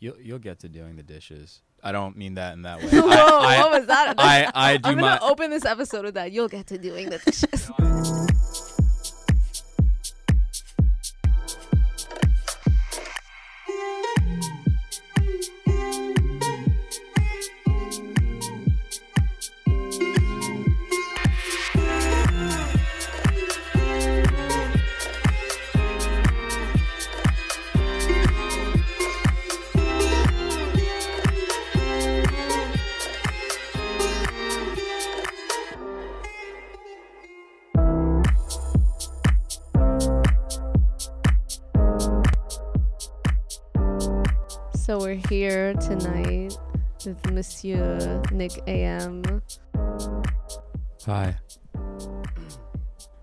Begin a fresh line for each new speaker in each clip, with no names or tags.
You'll you'll get to doing the dishes. I don't mean that in that way.
Whoa,
I, I,
what was that?
I, I do
am
my
gonna open this episode with that. You'll get to doing the dishes. so we're here tonight with Monsieur Nick AM.
Hi.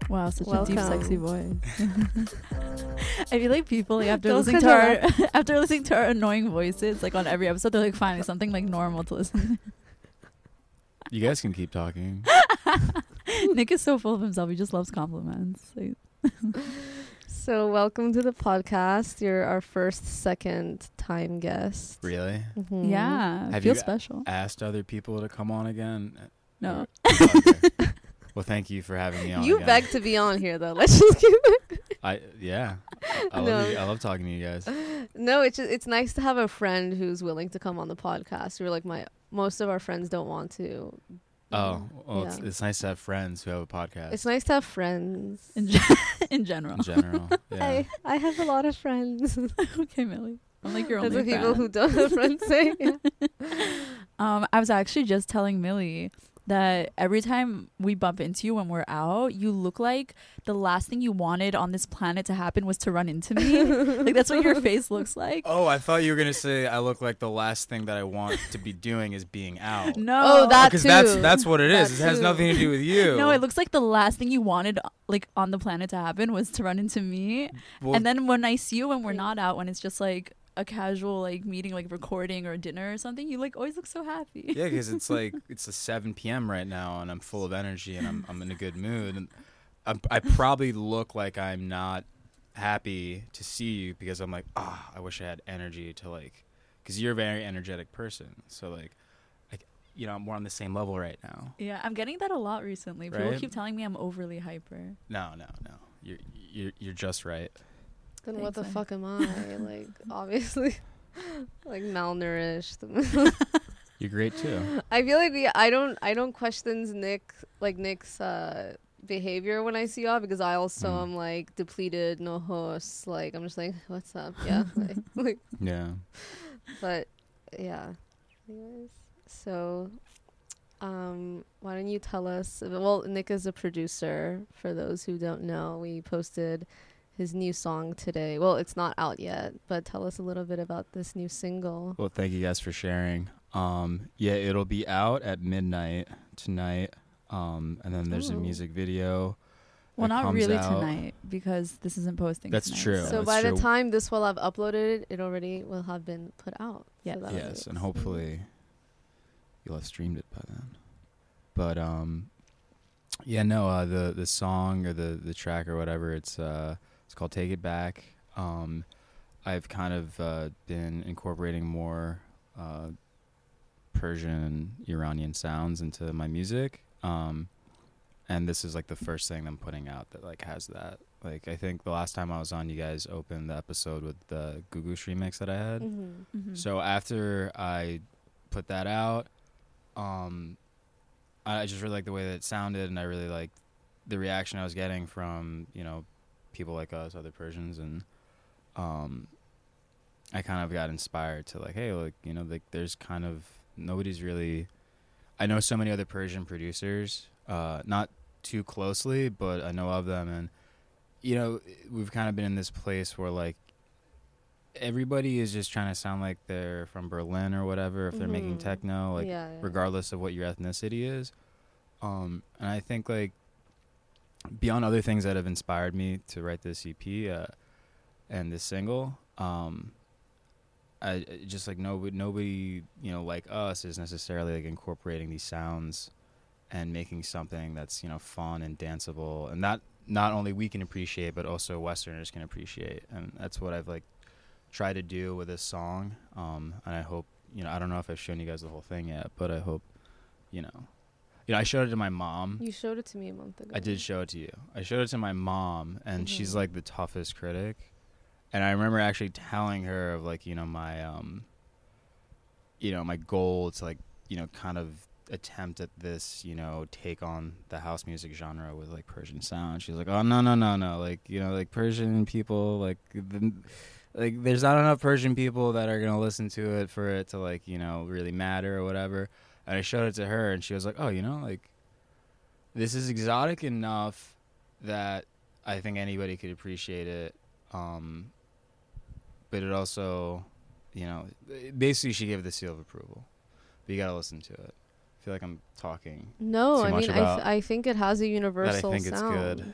Wow, such a deep, sexy voice. I feel like people like, after
Those
listening to
kinds
our after listening to our annoying voices, like on every episode, they're like, finally something like normal to listen.
You guys can keep talking.
Nick is so full of himself; he just loves compliments. Like,
So welcome to the podcast. You're our first, second time guest.
Really?
Mhm.
Yeah,
Have
feel
you-
special.
Asked other people to come on again.
No,
Okay. well, thank you for having me on.
You
again.
begged to be on here though. Let's just keep it.
I yeah. I love
No.
you, I love talking to you guys.
No, it's just, it's nice to have a friend who's willing to come on the podcast. You're like my most of our friends don't want to.
Oh, well, it's,
Yeah.
it's nice to have friends who have a podcast
It's nice to have friends.
in, gen- in general.
in general. Yeah.
I I have a lot of friends.
okay, Millie, I'm like your
That's
only
what
friend.
people who don't have friends say. Yeah.
Um, I was actually just telling Millie that every time we bump into you when we're out, you look like the last thing you wanted on this planet to happen was to run into me. like that's what your face looks like.
Oh, I thought you were gonna say I look like the last thing that I want to be doing is being out.
No.
Oh, that
because that's
too.
that's what it is.
That
it has
too.
nothing to do with you.
No, it looks like the last thing you wanted like on the planet to happen was to run into me.
Well,
and then when I see you when we're not out, when it's just like a casual like meeting like recording or dinner or something, you like always look so happy.
yeah, because it's like it's a 7 p.m. right now, and I'm full of energy, and I'm I'm in a good mood, and I'm, I probably look like I'm not happy to see you because I'm like, ah, I wish I had energy to like, because you're a very energetic person, so like, like you know, we're on the same level right now.
Yeah, I'm getting that a lot recently. People
Right?
keep telling me I'm overly hyper.
No, no, no, you're you're you're just right.
Then what the
Thanks,
fuck am I? Like obviously, like malnourished.
You're great too.
I feel like we. I don't. I don't question Nick like Nick's uh, behavior when I see y'all because I also
Mm.
am like depleted, no host. Like I'm just like, what's up? Yeah. like, like,
Yeah.
but yeah. Anyways, so, um, why don't you tell us? Well, Nick is a producer. For those who don't know, we posted his new song today. Well, it's not out yet, but tell us a little bit about this new single.
Well, thank you guys for sharing. Um, yeah, it'll be out at midnight tonight. Um, and then there's a
Ooh.
music video.
Well,
that
not
comes
really
out.
tonight because this isn't posting.
That's
tonight.
true. Yeah,
so
that's
by
true.
the time this will have uploaded, it already will have been put out.
Yes.
So that'll be
Yes, and
exciting.
hopefully you'll have streamed it by then. But um, yeah, no, uh, the the song or the the track or whatever it's uh it's called "Take It Back." Um, I've kind of uh, been incorporating more uh, Persian Iranian sounds into my music. Um, and this is like the first thing I'm putting out that like has that. Like I think the last time I was on, you guys opened the episode with the Gugush remix that I had.
Mhm.
Mhm.
So after I put that out, um, I I just really liked the way that it sounded, and I really liked the reaction I was getting from you know people like us, other Persians, and um, I kind of got inspired to like, hey, look, you know, like there's kind of nobody's really. I know so many other Persian producers, uh, not too closely, but I know of them, and you know, we've kind of been in this place where like everybody is just trying to sound like they're from Berlin or whatever if they're making
Mhm.
techno, like
yeah, yeah.
regardless of what your ethnicity is. Um, and I think like beyond other things that have inspired me to write this EP uh, and this single, um, I I just like nobody, nobody you know like us is necessarily like incorporating these sounds and making something that's you know fun and danceable and that not only we can appreciate but also Westerners can appreciate and that's what I've like try to do with this song. Um, and I hope you know I don't know if I've shown you guys the whole thing yet, but I hope you know, you know I showed it to my mom.
You showed it to me a month ago.
I did show it to you. I showed it to my mom, and
Mhm.
she's like the toughest critic. And I remember actually telling her of like you know my um, you know my goal to like you know kind of attempt at this you know take on the house music genre with like Persian sound. She's like, oh no no no no, like you know like Persian people like. The, like there's not enough Persian people that are gonna listen to it for it to like you know really matter or whatever. And I showed it to her, and she was like, "Oh, you know, like this is exotic enough that I think anybody could appreciate it. Um, but it also, you know, basically she gave it the seal of approval. But you gotta listen to it. I feel like I'm talking.
No,
too
I
much
mean, I,
about
f- I think it has a
That I
universal
think it's
sound.
good.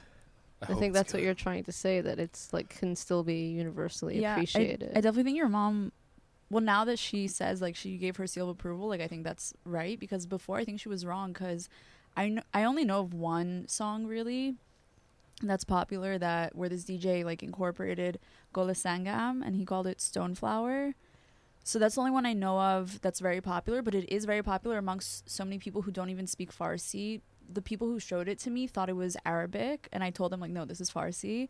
I,
hope
think
it's
that's what
good.
you're trying to say that it's like can still be universally
Yeah, I-
appreciated.
I definitely think your mom. Well, now that she says like she gave her seal of approval, like I think that's right because before I think she was wrong because I kn- I only know of one song really that's popular that where this DJ like incorporated Gola Sangam and he called it Stoneflower. So that's the only one I know of that's very popular, but it is very popular amongst so many people who don't even speak Farsi. The people who showed it to me thought it was Arabic, and I told them like, no, this is Farsi.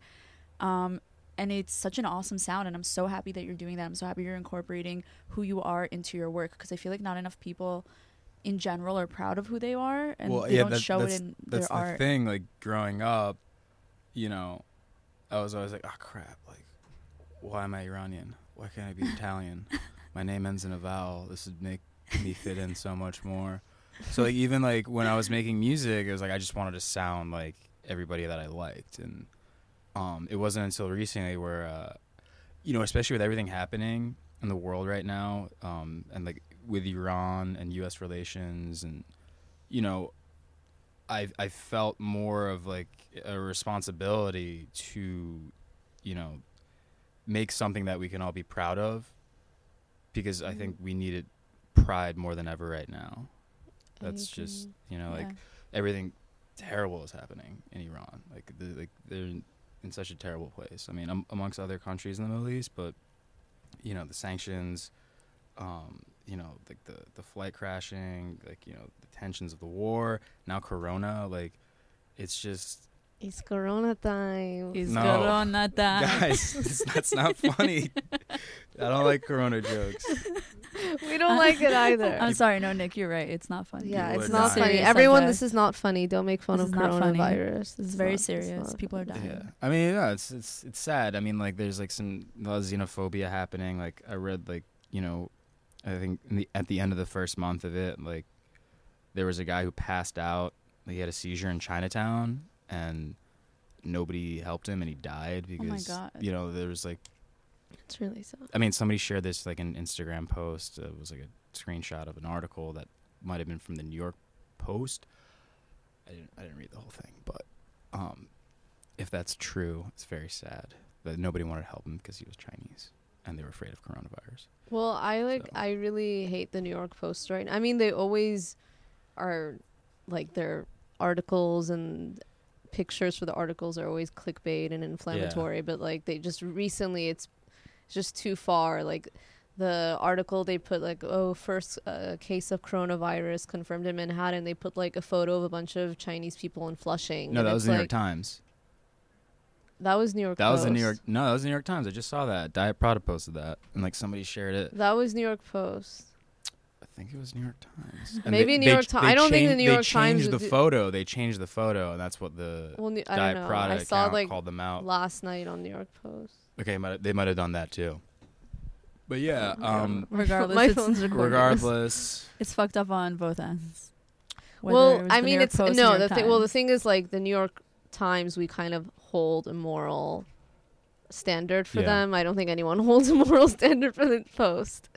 Um, and it's such an awesome sound, and I'm so happy that you're doing that. I'm so happy you're incorporating who you are into your work because I feel like not enough people in general are proud of who they are, and
Well,
they
yeah,
don't
that-
show it
that's-
in
that's
their
the
art.
thing. Like growing up, you know, I was always like, "Oh crap! Like, why am I Iranian? Why can't I be Italian? My name ends in a vowel. This would make me fit in so much more." So like, even like when I was making music, it was like I just wanted to sound like everybody that I liked, and um, it wasn't until recently where, uh, you know, especially with everything happening in the world right now, um, and like with Iran and U.S. relations, and you know, I I felt more of like a responsibility to, you know, make something that we can all be proud of, because I think we needed pride more than ever right now. That's just you know like
Yeah.
everything terrible is happening in Iran. Like the, like they're in, in such a terrible place. I mean, um, amongst other countries in the Middle East, but you know the sanctions, um, you know like the the flight crashing, like you know the tensions of the war. Now Corona, like it's just
Mm-hmm.
it's Corona time.
Is
No.
Corona time.
guys, it's, that's not funny. I don't like Corona jokes.
we don't like it either.
I'm sorry, no, Nick, you're right. It's not funny.
yeah,
You
it's
would
not
not.
funny.
Serious
Everyone,
subject.
this is not funny. Don't make fun
This
of
is not funny.
coronavirus.
It's very
not-
serious.
not
People are
funny.
dying.
Yeah, I mean, yeah, it's it's it's sad. I mean, like, there's like some a lot of xenophobia happening. Like, I read like you know, I think in the, at the end of the first month of it, like, there was a guy who passed out. He had a seizure in Chinatown, and nobody helped him, and he died
Oh my
because
God.
you know there was like
It's really sad.
I mean, somebody shared this like an Instagram post. Uh, it was like a screenshot of an article that might have been from the New York Post. I didn't. I didn't read the whole thing, but um, if that's true, it's very sad that nobody wanted to help him because he was Chinese and they were afraid of coronavirus.
Well, I like
So.
I really hate the New York Post right. I mean, they always are like their articles and pictures for the articles are always clickbait and inflammatory, but like they just recently it's it's just too far like the article they put like oh first uh, case of coronavirus confirmed in Manhattan they put like a photo of a bunch of Chinese people in Flushing
No,
and
that was
it's
the New
like,
York Times.
that was New York
That was the New
Post.
York. No, that was the New York Times. I just saw that. Diet Prada posted that, and like somebody shared it.
that was New York Post
I think it was New York Times.
Maybe New York Ti-
Times.
I don't think the New York Times
They changed
would
the
do-
photo. They changed the photo, and that's what the
well New- I don't
Diet
know
Prada
I saw
account
like
called them out.
last night on New York Post
Okay, might they might have done that too. But yeah,
Oh my God.
um,
Regardless,
My
it's,
phone's recording.
regardless,
it's fucked up on both ends. Whether it
well,
was
I
the
mean,
New York
it's
Post, New
no.
York
The thing, well, the
Times.
thing is, like the New York Times, we kind of hold a moral standard for
Yeah.
them. I don't think anyone holds a moral standard for the Post.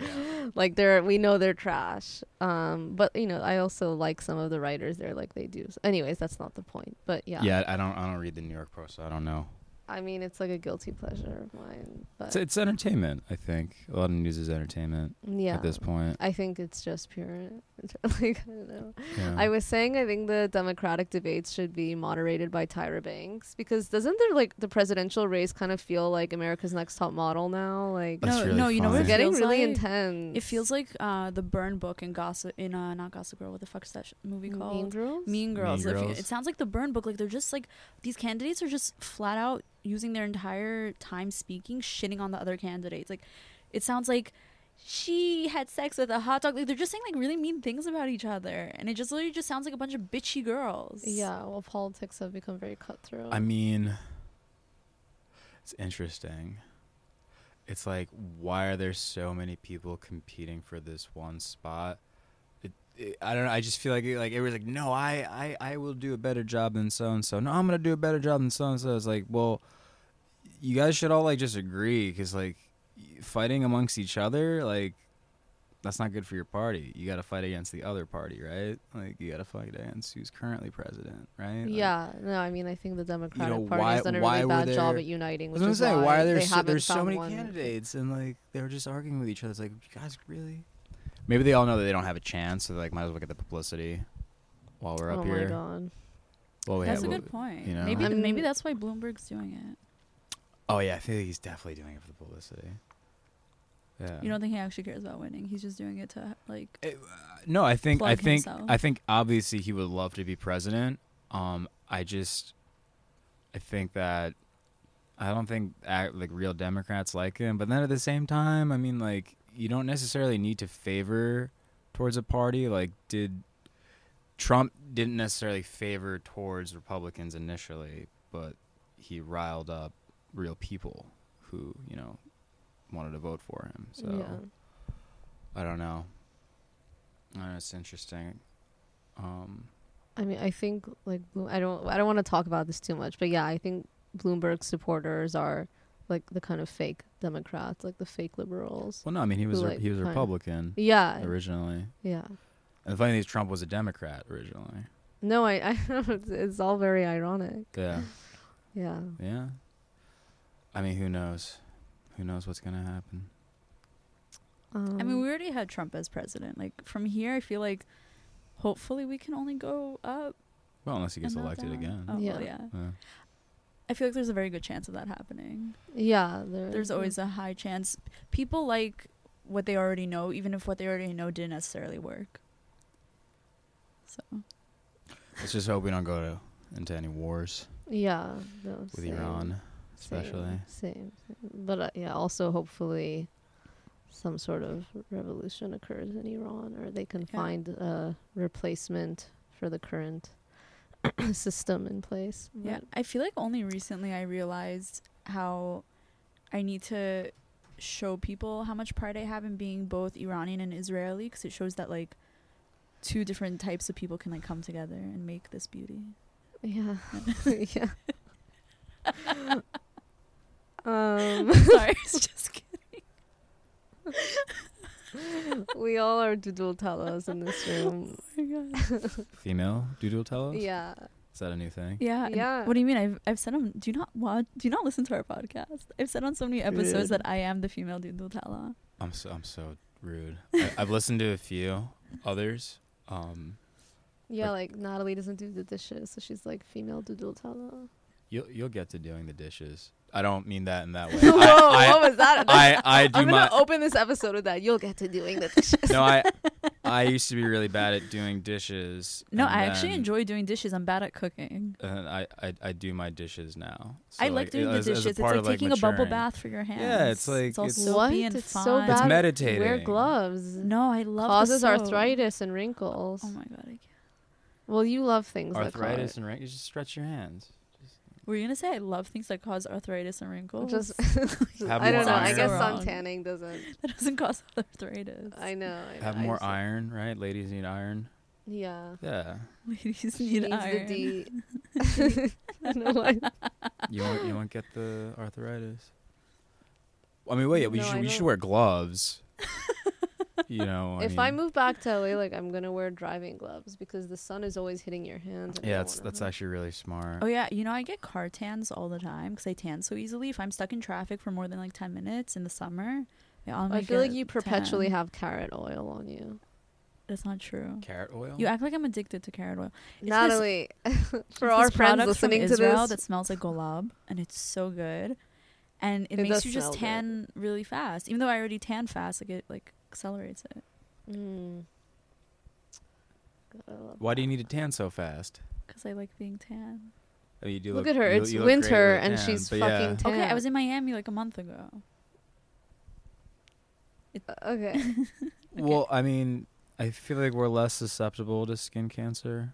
Like they're, we know they're trash. Um, but you know, I also like some of the writers there, like they do. So anyways, that's not the point. But yeah,
yeah. I don't, I don't read the New York Post, so I don't know.
I mean, it's like a guilty pleasure of mine. But
It's, it's entertainment, I think. A lot of news is entertainment
yeah,
at this point.
I think it's just pure like, I don't know.
Yeah.
I was saying I think the Democratic debates should be moderated by Tyra Banks because doesn't there like the presidential race kind of feel like America's Next Top Model now? Like
That's
no,
really
no, you know
fun.
what
it's
it
We're
getting
feels
really
like?
intense.
It feels like uh, the Burn book in Gossip in uh, not Gossip Girl. What the fuck's that sh- movie called?
mean girls.
Mean Girls. If you-
Girls.
it sounds like the Burn book. Like they're just like these candidates are just flat out using their entire time speaking shitting on the other candidates. Like it sounds like she had sex with a hot dog. Like they're just saying like really mean things about each other, and it just literally just sounds like a bunch of bitchy girls.
yeah, well, politics have become very cutthroat.
I mean, it's interesting. It's like, why are there so many people competing for this one spot? It, it, I don't know. I just feel like it, like it was like, no, I, I, I will do a better job than so and so. No, I'm gonna do a better job than so and so. It's like, well, you guys should all like just agree because like y- fighting amongst each other, like that's not good for your party. You got to fight against the other party, right? Like you got to fight against who's currently president, right? Like,
yeah, no, I mean I think the Democratic Party
why-
has done a
why
really
were
bad job
there-
at uniting.
I
Which
was gonna
is
say, why are there
they
so,
haven't
there's so
found
many
one-
candidates and like they were just arguing with each other? It's like, you guys really? Maybe they all know that they don't have a chance, so they like might as well get the publicity while we're up
Oh my
here.
god.
Well, we
that's
have,
a
well,
good point.
you know?
Maybe
I'm-
maybe that's why Bloomberg's doing it.
Oh yeah, I feel like he's definitely doing it for the publicity. Yeah.
You don't think he actually cares about winning? He's just doing it to like
It- uh, no, I think I
plug
think
himself.
I think obviously he would love to be president. Um, I just I think that I don't think ac like real Democrats like him. But then at the same time, I mean, like you don't necessarily need to favor towards a party. Like did Trump didn't necessarily favor towards Republicans initially, but he riled up real people who you know wanted to vote for him. So.
Yeah.
I don't know. I don't know it's Uh, interesting. Um,
I mean, I think like Blo- I don't I don't want to talk about this too much, but yeah, I think Bloomberg supporters are like the kind of fake Democrats, like the fake liberals.
well, no, I mean he was
Like,
he was a
kind of-
Republican
Yeah,
originally,
yeah.
and the funny thing is Trump was a Democrat originally.
No, I, I it's, it's all very ironic.
Yeah,
Yeah,
yeah. I mean, who knows? Who knows what's gonna happen?
um,
I mean, we already had Trump as president. Like from here, I feel like hopefully we can only go up.
Well, unless he gets
and not
elected
down.
again.
Oh, well,
Yeah.
yeah.
Yeah.
I feel like there's a very good chance of that happening.
yeah. There,
There's always a high chance. People like what they already know, even if what they already know didn't necessarily work. So
Let's just hope we don't go to into any wars
yeah no,
with
same,
Iran,
same,
especially.
same, same. But uh, yeah, also hopefully some sort of revolution occurs in Iran, or they can
Yeah.
find a replacement for the current system in place.
yeah,
But-
I feel like only recently I realized how I need to show people how much pride I have in being both Iranian and Israeli because it shows that like two different types of people can like come together and make this beauty.
Yeah. yeah. um,
Sorry, it's just kidding.
we all are doodle tellas in this room.
Female doodle tell us?
Yeah.
Is that a new thing?
Yeah, and
Yeah.
What do you mean? I've I've said on do you not watch do you not listen to our podcast? I've said on so many episodes
Rude.
that I am the female Dundutala.
I'm so I'm so rude. I, I've listened to a few others. Um,
Yeah, like Natalie doesn't do the dishes, so she's like female doodle tella.
You'll you'll get to doing the dishes. I don't mean that in that way.
Whoa,
I,
what was that?
I, I, I do
I'm
my
gonna open this episode with that. You'll get to doing the dishes.
no. I I used to be really bad at doing dishes.
No,
and
I actually
then-
enjoy doing dishes. I'm bad at cooking.
And I, I I do my dishes now. So,
I like doing
as-
the
as a
dishes. It's
part
like
of,
taking a bubble
maturing.
bath for your hands.
it's like-
it's all
it's-
soapy
what?
and
It's
fun.
so bad.
It's
Wear
meditating.
gloves.
No, I love the
Causes
soap.
arthritis and wrinkles.
Oh my god! I can't.
Well, you love things
Arthritis and right, you just stretch your hands.
Were you gonna say I love things that cause arthritis and
that
wrinkles?
cause. Just,
Have
I don't know.
more
I guess
iron.
sun tanning doesn't.
that doesn't cause arthritis.
I know. I know,
Have
I
more
just-
iron, right? Ladies need iron.
Yeah.
Yeah.
Ladies need
Needs
iron.
The D. I don't know why.
You won't you won't get the arthritis. I mean, wait. We
No, I
should we should
don't.
wear gloves. you know. I
if
mean,
I move back to LA, like I'm gonna wear driving gloves because the sun is always hitting your hands. and I
Yeah,
don't
that's
wanna
that's
have-
actually really smart.
Oh yeah, you know I get car tans all the time because I tan so easily. If I'm stuck in traffic for more than like ten minutes in the summer, yeah, I'll
I
make
feel like
a
you perpetually
tan.
have carrot oil on you.
That's not true.
Carrot oil.
You act like I'm addicted to carrot oil. this-
Natalie, for
It's
our friends
this product from
listening to
Israel
this,
that smells like golab, and it's so good, and it,
It
makes
does
you just
smell good.
tan really fast. Even though I already tan fast, like it like accelerates it.
Mm. Gotta love
Why do you
that.
need to tan so fast?
Cause I like being tan.
I mean, you do
Look at her,
you-
it's
you look great
winter
with a
and
tan,
she's
but
fucking
yeah.
Okay, I
Tan.
was in Miami like a month ago.
Uh, Okay.
Well, I mean, I feel like we're less susceptible to skin cancer.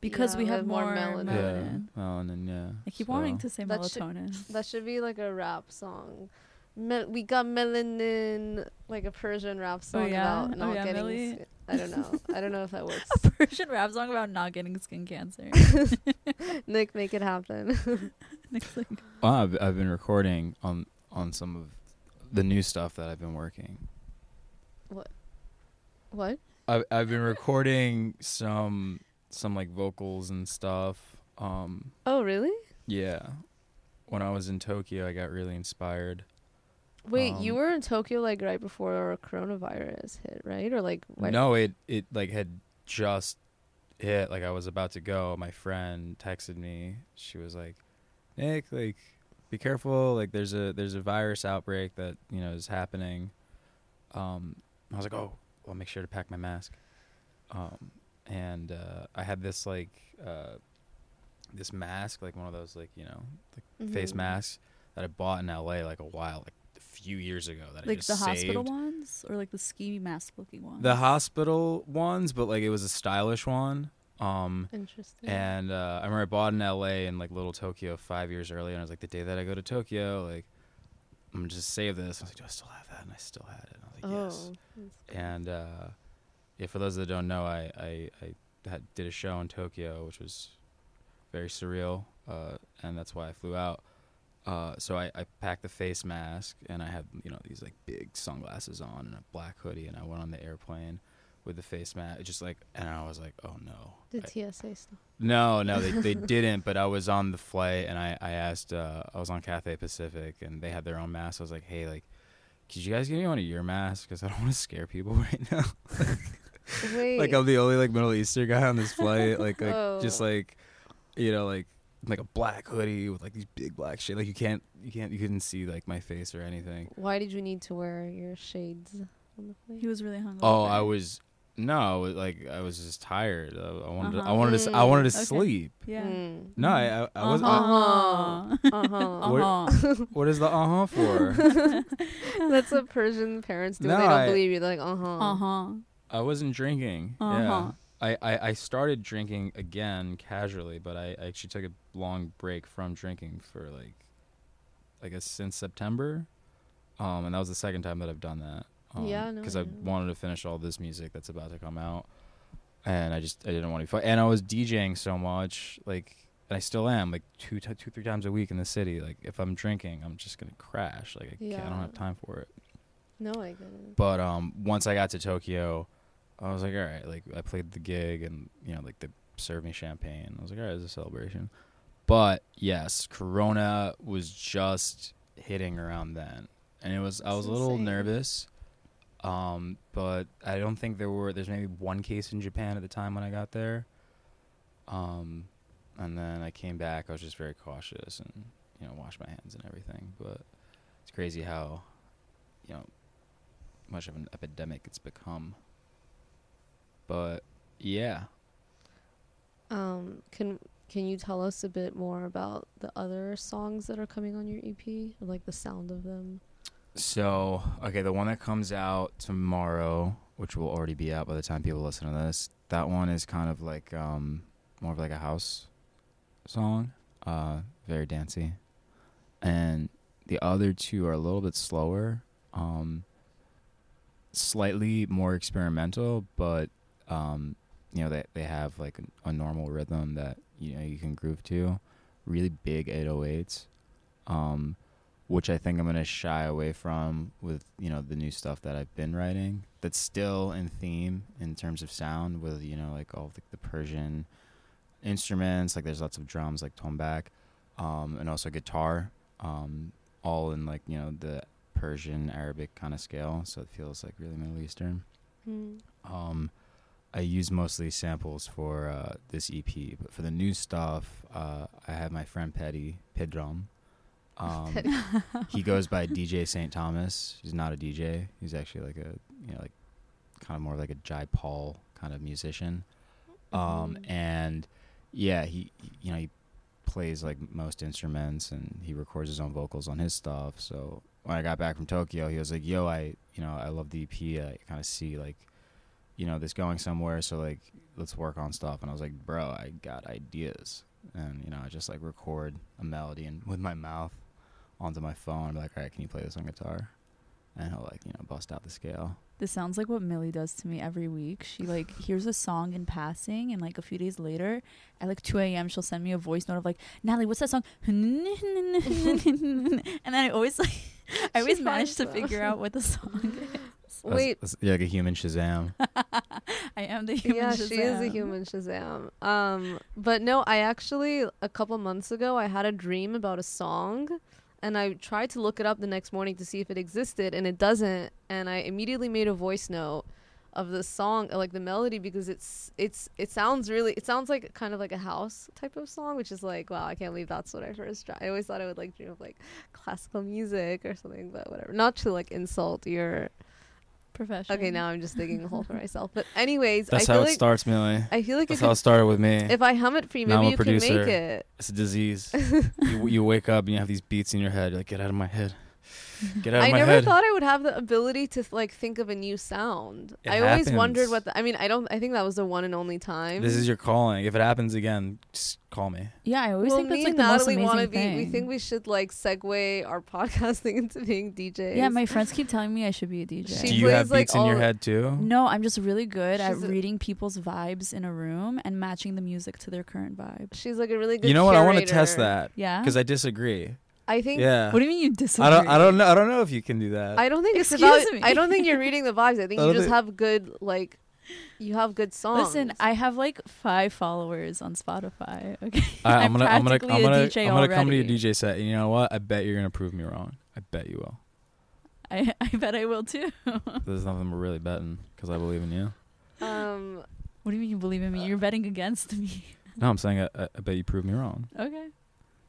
Because
Yeah,
we
we
have,
have
more,
more
melanin.
melanin.
Yeah. Melanin. Yeah.
I keep wanting
so-
to say
That should-
melatonin.
that should be like a rap song. Mel- we got melanin, like a Persian rap song
yeah?
about
Oh,
not
yeah,
getting.
Millie?
skin- I don't know. I don't know if that works.
a Persian rap song about not getting skin cancer.
Nick, make it happen.
Nick's like,
Well, I've, I've been recording on on some of the new stuff that I've been working.
what?
I've I've been recording some some like vocals and stuff. Um,
Oh, really?
yeah. When I was in Tokyo, I got really inspired.
Wait, you
Um,
were in Tokyo like right before coronavirus hit, right? Or like right-
No, it it like had just hit. Like I was about to go. My friend texted me. She was like, "Nick, like, be careful. Like, there's a there's a virus outbreak that you know is happening." Um, I was like, "Oh, I'll make sure to pack my mask." Um, and uh, I had this like uh, this mask, like one of those like you know like
Mm-hmm.
face
Mhm.
masks that I bought in L.A. like a while, like a few years ago. That I
like
just
the hospital
saved.
ones or like the ski mask looking ones.
The hospital ones, but like it was a stylish one. Um,
Interesting.
and uh, I remember I bought in LA in like little Tokyo five years earlier, and I was like, the day that I go to Tokyo, like I'm gonna just save this. I was like, do I still have that? And I still had it. And I
oh,
was like,
that's
yes. And uh, yeah, for those that don't know, I I, I had, did a show in Tokyo, which was very surreal, uh, and that's why I flew out. Uh, so I, I packed the face mask and I had you know these like big sunglasses on and a black hoodie and I went on the airplane with the face mask just like and I was like oh no
the
I-
TSA stuff.
no, no, they, they didn't. But I was on the flight, and I I asked. Uh, I was on Cathay Pacific, and they had their own masks. I was like, hey, like, could you guys give me one of your masks? Because I don't want to scare people right now.
Wait.
like I'm the only like Middle Eastern guy on this flight. Like like just
Oh.
like, you know like like a black hoodie with like these big black shit. Like you can't you can't you couldn't see like my face or anything.
Why did you need to wear your shades on the plane?
he was really hungry.
Oh, I was no, I was, like I was just tired. I, I wanted to, I
Uh-huh.
wanted to s- I
Mm.
wanted to
Okay.
sleep.
Yeah.
Mm.
No, I I, I was
Uh-huh.
uh
Uh-huh. Uh-huh.
Where-
Uh-huh.
what is the uh huh for?
That's what Persian parents do.
No,
they don't
I-
believe you. They're like, uh huh.
Uh-huh.
I wasn't drinking.
Uh-huh.
Yeah. I, I, I started drinking again casually, but I, I actually took a long break from drinking for like, I guess since September, um, and that was the second time that I've done that. Um,
Yeah, no,
because
I
I
know.
wanted to finish all this music that's about to come out, and I just I didn't want to. Be fu- and I was DJing so much, like, and I still am, like two t- two three times a week in the city. Like, if I'm drinking, I'm just gonna crash. Like, I, can't, I don't
Yeah.
have time for it.
No, I didn't.
But um, once I got to Tokyo, I was like, all right, like I played the gig and you know, like they served me champagne. I was like, all right, it's a celebration. But yes, Corona was just hitting around then, and it was I
That's
was a little
insane.
nervous. Um, but I don't think there were. There's maybe one case in Japan at the time when I got there. Um, and then I came back. I was just very cautious and you know washed my hands and everything. But it's crazy how you know much of an epidemic it's become. But yeah,
Um, can can you tell us a bit more about the other songs that are coming on your EP, or like the sound of them?
So, okay, the one that comes out tomorrow, which will already be out by the time people listen to this, that one is kind of like um more of like a house song, uh very dancey. And the other two are a little bit slower, um slightly more experimental, but um you know they they have like a, a normal rhythm that you know you can groove to. Really big 808s. Um which I think I'm gonna shy away from with you know the new stuff that I've been writing. That's still in theme in terms of sound with you know like all the, the Persian instruments. Like there's lots of drums like tombak, um, and also guitar, um, all in like you know the Persian Arabic kind of scale. So it feels like really Middle Eastern.
Mm.
Um, I use mostly samples for uh, this EP, but for the new stuff, uh, I have my friend Petty Pedrom. Um, he goes by DJ St. Thomas. He's not a DJ. He's actually like a you know like kind of more like a Jai Paul kind of musician. Um,
Mhm.
and yeah, he he- you know he plays like most instruments and he records his own vocals on his stuff. So when I got back from Tokyo, he was like, "Yo, I you know I love the EP. I kind of see like you know this going somewhere. So like let's work on stuff." And I was like, "Bro, I got ideas." And you know I just like record a melody and with my mouth onto my phone. I'm like, "All right, can you play this on guitar?" And he'll like you know bust out the scale.
This sounds like what Millie does to me every week. She like hears a song in passing, and like a few days later, at like 2 a.m., she'll send me a voice note of like, Natalie, what's that song? and then I always like, I always
She
manage
finds
to
them.
figure out what the song.
That's-
Wait,
that's- you're like a human Shazam.
I am the human.
yeah, she is a
Shazam.
human Shazam. Um, but no, I actually a couple months ago I had a dream about a song, and I tried to look it up the next morning to see if it existed, and it doesn't. And I immediately made a voice note of the song, uh, like the melody, because it's it's it sounds really it sounds like kind of like a house type of song, which is like wow, I can't believe that's what I first tried. I always thought I would like dream of like classical music or something, but whatever. Not to like insult your.
Professional.
Okay, now I'm just digging a hole for myself. But anyways,
That's
I feel
how it
like
starts, Millie.
I feel like it
That's
could
how it started with me.
if I hum it for you,
Now
maybe
I'm
you
a
can make
producer.
it.
it's a disease. you, you wake up and you have these beats in your head. You're like, get out of my head. Get out of
I
my
never
head.
thought I would have the ability to like think of a new sound.
It
I always wondered
happens.
what. The, I mean, I don't. I think that was the one and only time.
this is your calling. If it happens again, just call me.
Yeah, I always
well,
think that's
me
like
and
the most
Natalie
amazing
want to be.
thing.
We think we should like segue our podcasting into being DJs.
yeah, my friends keep telling me I should be a DJ.
She
Do you have
plays, like,
beats in your
all-
head too?
No, I'm just really good at
She's a-
reading people's vibes in a room and matching the music to their current vibe.
she's like a really good.
You know what? I
Curator.
want to test that
Yeah.
because I disagree.
I think.
Yeah.
What do you mean you disagree?
Uh, I don't. I don't know. I don't know if you can do that.
I don't think it's
Excuse
about.
me.
I don't think you're reading the vibes. I
I
think you
don't
just
think-
have good like. You have good songs.
Listen, I have like five followers on Spotify. Okay,
All right, I'm
I'm
gonna. I'm gonna.
practically
I'm
a
gonna. I'm
DJ
gonna come to your
already.
DJ set. And you know what? I bet you're gonna prove me wrong. I bet you will.
I, I bet I will too. what
There's nothing we're really betting because I believe in you.
um,
do you mean you believe in me? You're betting against me.
No, I'm saying I, I, I bet you prove me wrong.
Okay.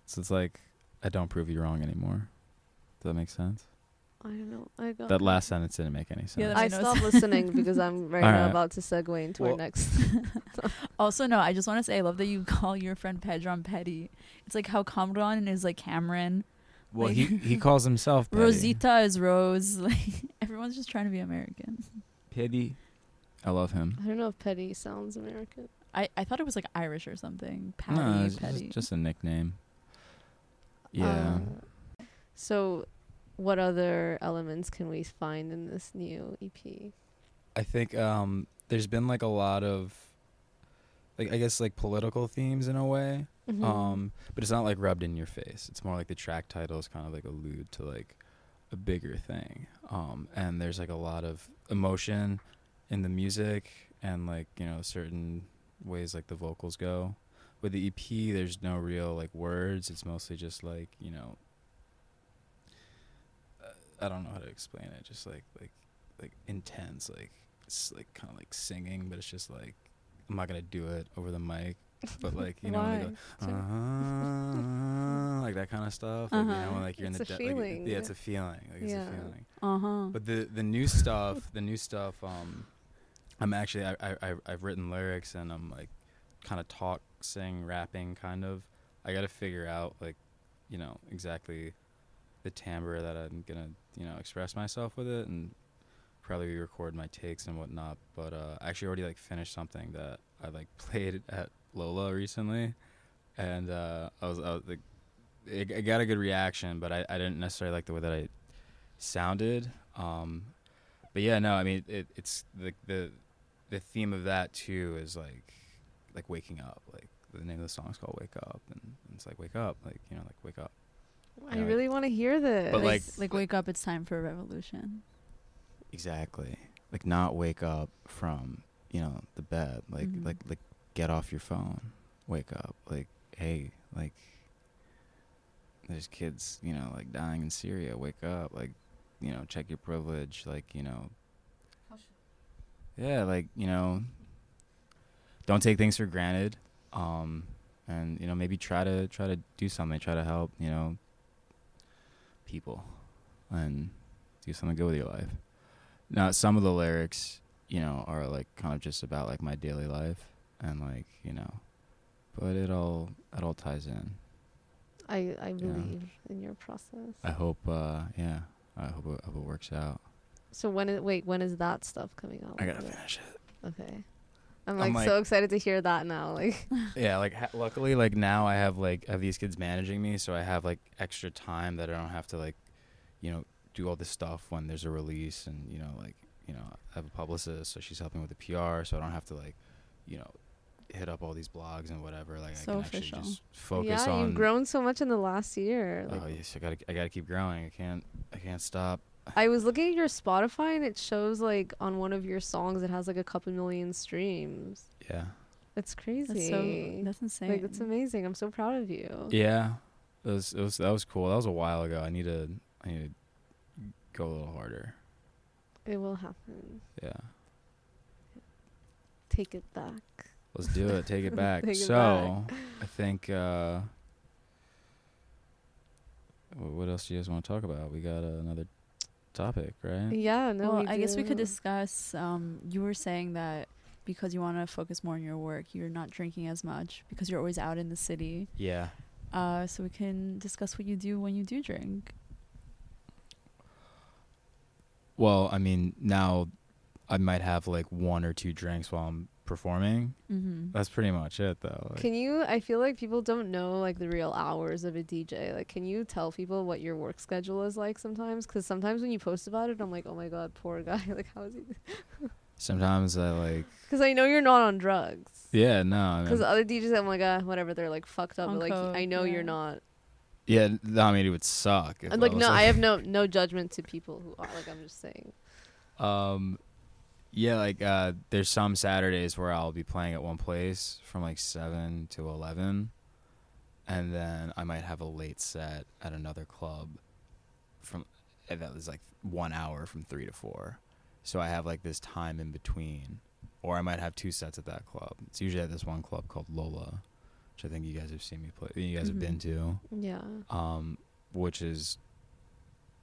So it's like I don't prove you wrong anymore. Does that make sense?
I don't know. I got
That last sentence didn't make any sense.
Yeah, that
I
made no
stopped listening because I'm right,
All
now
right.
about to segue into our
Well-
next.
Also, no, I just want to say I love that you call your friend Pedron Petty. It's like how Kamran is like Cameron,
Well,
Like-
he he calls himself Petty.
Rosita is Rose. Like everyone's just trying to be American.
Petty. I love him.
I don't know if petty sounds American.
I, I thought it was like Irish or something. Patty,
No, it's
Petty. Um,
just, just a nickname. Yeah.
Uh, so, what other elements can we find in this new E EP?
I think um, there's been like a lot of, like I guess like political themes in a way.
Mm-hmm.
Um, but it's not like rubbed in your face. It's more like the track titles kind of like allude to like a bigger thing. Um, and there's like a lot of emotion in the music and like, you know, certain ways like the vocals go. With the EP, there's no real like words. It's mostly just like, you know, uh, I don't know how to explain it. Just like, like, like intense, like, it's like kind of like singing, but it's just like, I'm not going to do it over the mic, but like, you know, when they go,
Sort of-
uh, like that kind of stuff. Like, You
Uh-huh.
know, when, like you're
It's
in
a
the de- like,
feeling.
yeah, it's a feeling. Like it's
Yeah.
a feeling.
uh huh.
But the the new stuff, the new stuff. Um, I'm actually I, I I- I've written lyrics and I'm like, kind of talk, sing, rapping, kind of. I got to figure out like, you know, exactly the timbre that I'm gonna you know express myself with it and probably record my takes and whatnot. But uh, I actually already like finished something that I like played at Lola recently, and uh, I was I was like, it, it got a good reaction, but I, I didn't necessarily like the way that I sounded. Um, but yeah, no, I mean it, it's the the the theme of that too is like like waking up. Like the name of the song is called Wake Up, and, it's like wake up, like you know, like wake up.
I
you know,
really want to hear this.
But, like-
like wake up, it's time for a revolution.
Exactly. Like not wake up from you know the bed. Like
Mhm.
like like get off your phone. Wake up. Like hey like there's kids you know like dying in Syria. Wake up. Like you know check your privilege. Like you know. Yeah, like you know, don't take things for granted. Um, and you know, maybe try to try to do something, try to help, you know, people and do something good with your life. Now, some of the lyrics, you know, are like kind of just about like my daily life and like, you know, but it all it all ties in.
I I believe in your process.
I hope uh yeah, I hope it, hope it works out.
So when is wait when is that stuff coming out?
I got to
Like,
finish it.
Okay. I'm like,
I'm
so excited to hear that now. Like
Yeah, like ha- luckily, like now I have like I have these kids managing me, so I have like extra time that I don't have to like, you know, do all this stuff when there's a release, and you know, like you know, I have a publicist, so she's helping with the PR, so I don't have to like, you know, hit up all these blogs and whatever. Like
So
I can
official.
actually just focus
yeah,
on.
you've grown so much in the last year. Like,
Oh yes, I gotta I gotta keep growing. I can't I can't stop.
I was looking at your Spotify and it shows like on one of your songs it has like a couple million streams.
Yeah,
It's crazy.
That's so that's insane.
like that's amazing. I'm so proud of you.
yeah. It was, it was that was cool. That was a while ago. I need to I need to go a little harder.
It will happen.
Yeah.
Take it back.
Let's do it. Take it back.
Take it
so, I think. Uh, wh- what else do you guys want to talk about? We got uh, another topic, right?
Yeah, no.
well,
we
I guess we could
do.
discuss. Um, you were saying that because you want to focus more on your work, you're not drinking as much because you're always out in the city.
Yeah.
Uh, so we can discuss what you do when you do drink.
Well, I mean, now I might have like one or two drinks while I'm performing.
Mm-hmm.
That's pretty much it, though. Like,
Can you? I feel like people don't know like the real hours of a DJ. Like, can you tell people what your work schedule is like sometimes? Because sometimes when you post about it, I'm like, oh my god, poor guy. Like, how is he?
sometimes I like.
Because I know you're not on drugs.
Yeah. No. I
Because
mean,
other DJs, I'm like, ah, whatever. They're like fucked up.
On
But, like,
coke,
I know
yeah.
you're not.
yeah. No, I mean, it would suck. if
And Uh, like,
was,
no, I have no no judgment to people who are. Like, I'm just saying.
Um, yeah, like uh, there's some Saturdays where I'll be playing at one place from like seven to eleven, and then I might have a late set at another club from and that was like one hour from three to four. So I have like this time in between, or I might have two sets at that club. It's usually at this one club called Lola, which I think you guys have seen me play. You guys
Mhm.
Mm-hmm.
have been to
Yeah.
um, which is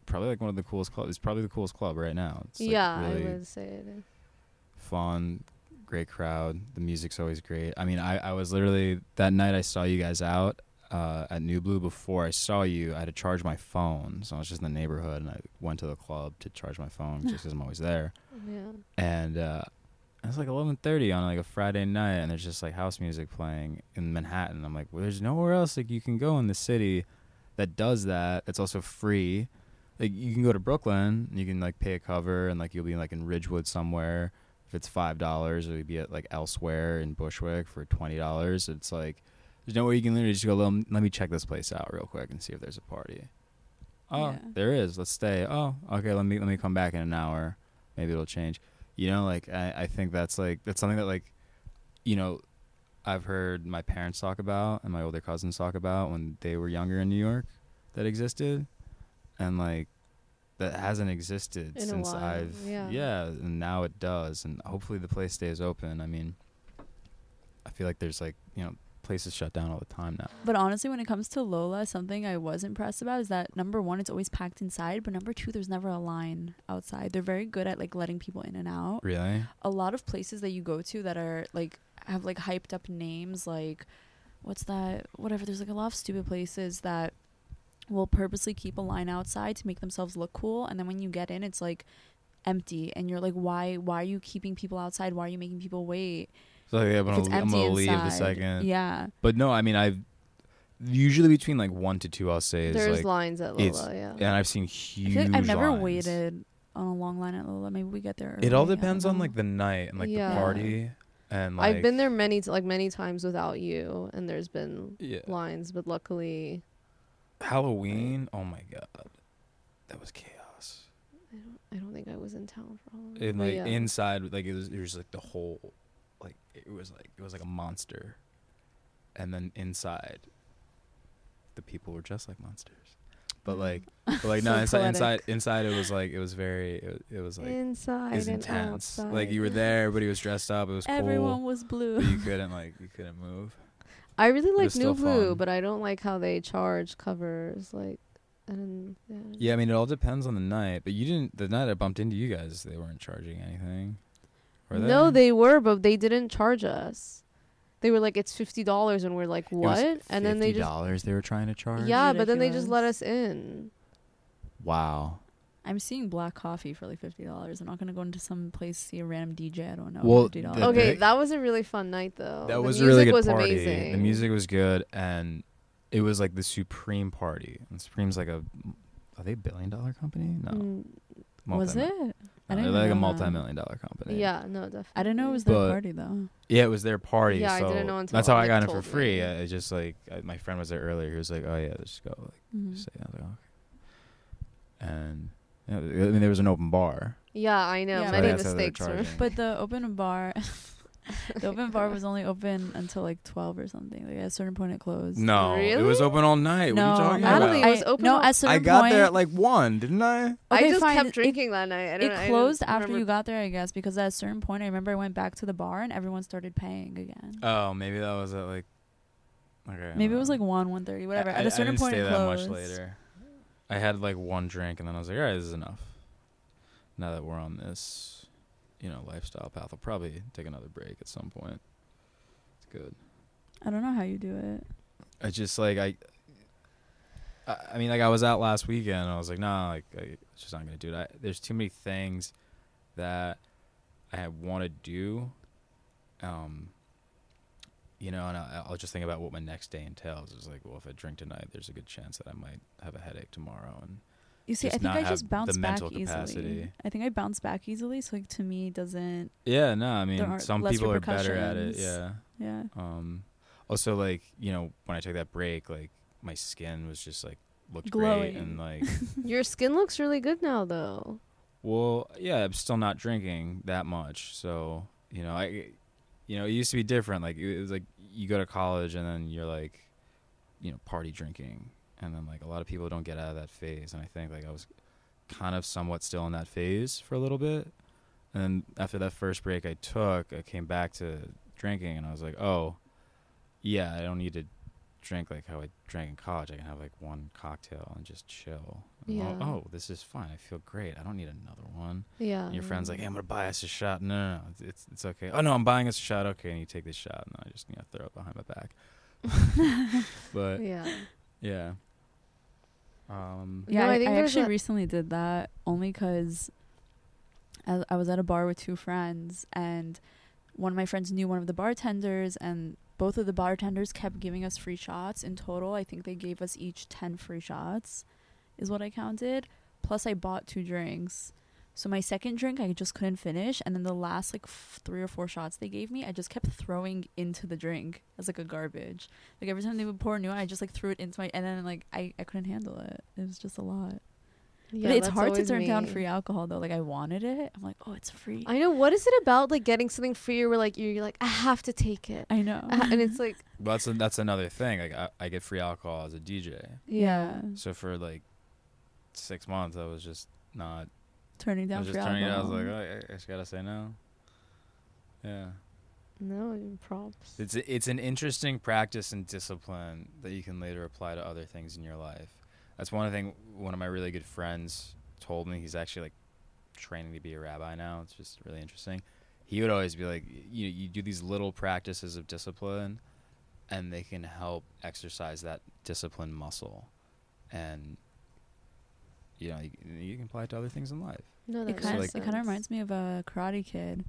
probably like one of the coolest clubs. It's probably the coolest club right now. It's like
yeah,
really
I would say it is.
fun, great crowd. The music's always great. I mean, I, I was literally that night I saw you guys out uh, at New Blue. Before I saw you, I had to charge my phone, so I was just in the neighborhood and I went to the club to charge my phone just because I'm always there.
Yeah.
And uh, it was like 11:30 on like a Friday night, and there's just like house music playing in Manhattan. I'm like, well, there's nowhere else like you can go in the city that does that. That's also free. Like you can go to Brooklyn, and you can like pay a cover, and like you'll be like in Ridgewood somewhere. If it's five dollars, or you'd be at like elsewhere in Bushwick for twenty dollars. It's like there's nowhere you can literally just go. Let me, let me check this place out real quick and see if there's a party. Oh,
Yeah.
there is. Let's stay. Oh, okay. Let me let me come back in an hour. Maybe it'll change. You know, like I, I think that's like that's something that like, you know, I've heard my parents talk about and my older cousins talk about when they were younger in New York that existed and like that hasn't existed
In a
since
while,
I've
yeah.
and now it does and hopefully the place stays open. I mean I feel like there's like, you know, places shut down all the time now.
But honestly, when it comes to Lola, something I was impressed about is that number one, it's always packed inside, but number two, there's never a line outside. They're very good at like letting people in and out.
Really?
a lot of places that you go to that are like have like hyped up names like what's that whatever there's like a lot of stupid places that will purposely keep a line outside to make themselves look cool and then when you get in it's like empty and you're like why why are you keeping people outside why are you making people wait
So like, I'm
if
gonna,
it's
le- I'm
empty
gonna leave the
inside.
second.
yeah
But no, I mean I've usually between like one to two I'll say is
There's
like
lines at
it's-
Lola. Yeah.
and I've seen
I
huge
feel like i've never
lines.
waited on a long line at lola maybe we get
It
there
all
early, I don't
depends on
know.
like the night and like
Yeah.
the party and like
I've been there many t- like many times without you, and there's been
Yeah.
lines, but luckily,
Halloween. Oh my god, that was chaos.
I don't think I was in town for all.
And like inside, like it was, it was like the whole, like it was like it was like a monster, and then inside, the people were just like monsters. but
Yeah.
like, but like no, inside,
So poetic.
inside, inside, it was like it was very, it, was- it was like it
inside
was
and
intense.
outside.
Like you were there, everybody was dressed up. It was
Everyone
cool,
was blue.
but you couldn't like you couldn't move.
I really like
was
New
still
Blue,
fun.
but I don't like how they charge covers. Like, and yeah.
Yeah, I mean it all depends on the night. But you didn't. The night I bumped into you guys, they weren't charging anything. Were they?
No, they were, but they didn't charge us. They were like, "It's fifty dollars," and we're like,
It was
"What?" And then they just
$50 they were trying to charge.
yeah, but then they just let us in.
Wow.
I'm seeing black coffee for like fifty dollars. I'm not gonna go into some place see a random DJ. I don't know.
Well,
$50.
The
okay,
pic-
that was a really fun night though.
That
Oh, the
was a
music
really good
was
party.
Amazing.
The music was good, and it was like the Supreme party. And Supreme's like a are they a billion dollar company? No,
Mm,
was
Multi-
it? I
No, they're
didn't
like a
know that.
multi million dollar company.
yeah, no, definitely.
I didn't know it was
the-
their
But-
party though.
yeah, it was their party.
Yeah, I
so
didn't know until
that's how I
Nick
got it for
told
free.
me.
I, it's just like I, my friend was there earlier. He was like, "Oh yeah, let's just go." Like,
Mhm.
just say, I was like, "Okay." And you know, I mean, there was an open bar.
Yeah, I know.
Yeah,
so
but-
Many
that's how they were
mistakes were.
charging.
But the open bar, the open bar was only open until like twelve or something. Like at a certain point, it closed.
no, it was
Really?
open all night.
no,
what are you talking
I don't
about?
think it was open
no,
all-
at a certain
I got
point,
there at like one, didn't I?
I
Okay,
just
fine,
kept
it-
drinking that night. I don't,
It closed after you
got
got there, I guess, because at a certain point, I remember I went back to the bar and everyone started paying again.
Oh, maybe that was at like. Okay.
Maybe it was
no.
like one, one thirty, whatever.
I,
at
I-
a certain
I didn't
point,
stay
it
that
closed.
much later. I had like one drink and then I was like, all right, this is enough. Now that we're on this, you know, lifestyle path, I'll probably take another break at some point. It's good.
I don't know how you do it.
I just like I. I I mean, like I was out last weekend. And I was like, nah, like I, it's just not gonna do it. I, there's too many things that I want to do. Um, you know, and I, I'll just think about what my next day entails. It's like, well, if I drink tonight, there's a good chance that I might have a headache tomorrow, and
You see,
Just
I think
not
I
have
just
the
bounce back
mental
easily.
capacity.
I think I bounce back easily, so like to me, it doesn't
Yeah, no, I mean,
aren't
some
less
people are better at it.
repercussions.
Yeah.
yeah.
Um, also, like you know, when I took that break, like my skin was just like looked
Glowing.
great, and like,
your skin looks really good now though.
well, yeah, I'm still not drinking that much, so you know, I, you know, it used to be different. Like it was like you go to college and then you're like, you know, party drinking, and then like a lot of people don't get out of that phase, and I think like I was kind of somewhat still in that phase for a little bit. And then after that first break I took, I came back to drinking and I was like, oh, yeah, I don't need to drink like how I drank in college. I can have like one cocktail and just chill. And I'll-
Yeah.
Oh, this is fine. I feel great. I don't need another one.
Yeah.
And your friend's like, hey, I'm going to buy us a shot. No, no, no. It's, it's, it's okay. Oh, no, I'm buying us a shot. Okay. And you take this shot and I just, you know, throw it behind my back. but
Yeah.
yeah. Um,
Yeah,
No, I
I,
think
I
there's
actually
a-
recently did that only because I, I was at a bar with two friends, and one of my friends knew one of the bartenders, and both of the bartenders kept giving us free shots. In total, I think they gave us each 10 free shots, is what I counted. Plus, I bought two drinks. So my second drink I just couldn't finish, and then the last like f- three or four shots they gave me, I just kept throwing into the drink as like a garbage. Like every time they would pour a new one, I just like threw it into my and then like I, I couldn't handle it. It was just a lot.
yeah
but it's
that's
hard to
always
turn down
me.
free alcohol though. Like I wanted it. I'm like, oh, it's free. I,
I know. What is it about like getting something free where like you're like I have to take it,
know.
I ha- and it's like
well, that's, that's another thing. Like, I, I get free alcohol as a DJ.
Mm-hmm. yeah.
So for like six months, I was just not.
Turning
I
down
was
free
just turning it. I was
alcohol.
like, oh, I, I just gotta say no. Yeah,
no props.
it's a- it's an interesting practice and discipline that you can later apply to other things in your life. That's one thing. One of my really good friends told me he's actually like training to be a rabbi now. It's just really interesting. He would always be like, you you do these little practices of discipline, and they can help exercise that discipline muscle, and you know you, you can apply it to other things in life.
No, that
it
So,
kind of
like-
it kind of reminds me of a Karate Kid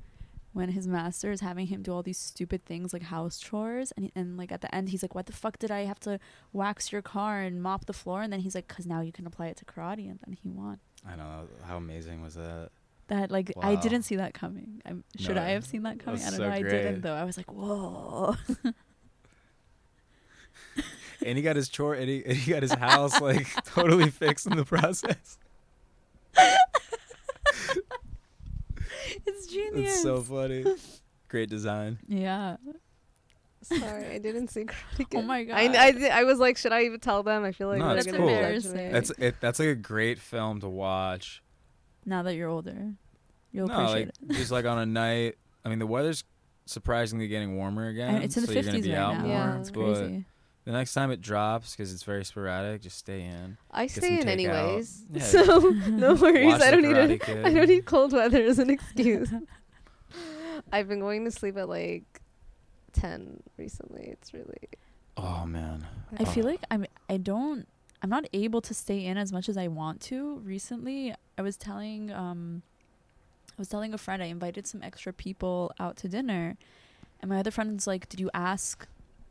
when his master is having him do all these stupid things like house chores and and like at the end he's like what the fuck did I have to wax your car and mop the floor and then he's like cuz now you can apply it to karate and then he won.
I know how amazing was that.
That like I
Wow.
didn't see that coming. I'm, should
No,
I have seen that coming? I
that's
don't
so
know. I
great.
didn't though. I was like, whoa.
and he got his chore and he, and he got his house like totally fixed in the process.
it's genius.
It's so funny. Great design.
yeah.
Sorry, I didn't synchronize.
Oh my
I,
God.
I, di- I was like, should I even tell them? I feel like
No,
they're
it's
gonna
cool.
judge me.
Embarrassing.
That's it. That's like a great film to watch.
Now that you're older, you'll
no,
appreciate
like
it.
just like on a night. I mean, the weather's surprisingly getting warmer again.
And it's in the
so you're
50s
gonna
right
be out
now.
more.
Yeah.
it's
but
crazy.
The next time it drops, because it's very sporadic, just stay in.
I
some
stay in
takeout.
anyways,
Yeah.
so no worries.
Watch
I
The
don't need
Karate
it.
Kid.
I don't need cold weather as an excuse. I've been going to sleep at like ten recently. It's really.
Oh man.
I feel
Uh-huh.
like I'm I don't I'm not able to stay in as much as I want to. Recently, I was telling um I was telling a friend I invited some extra people out to dinner. And my other friend's like, "Did you ask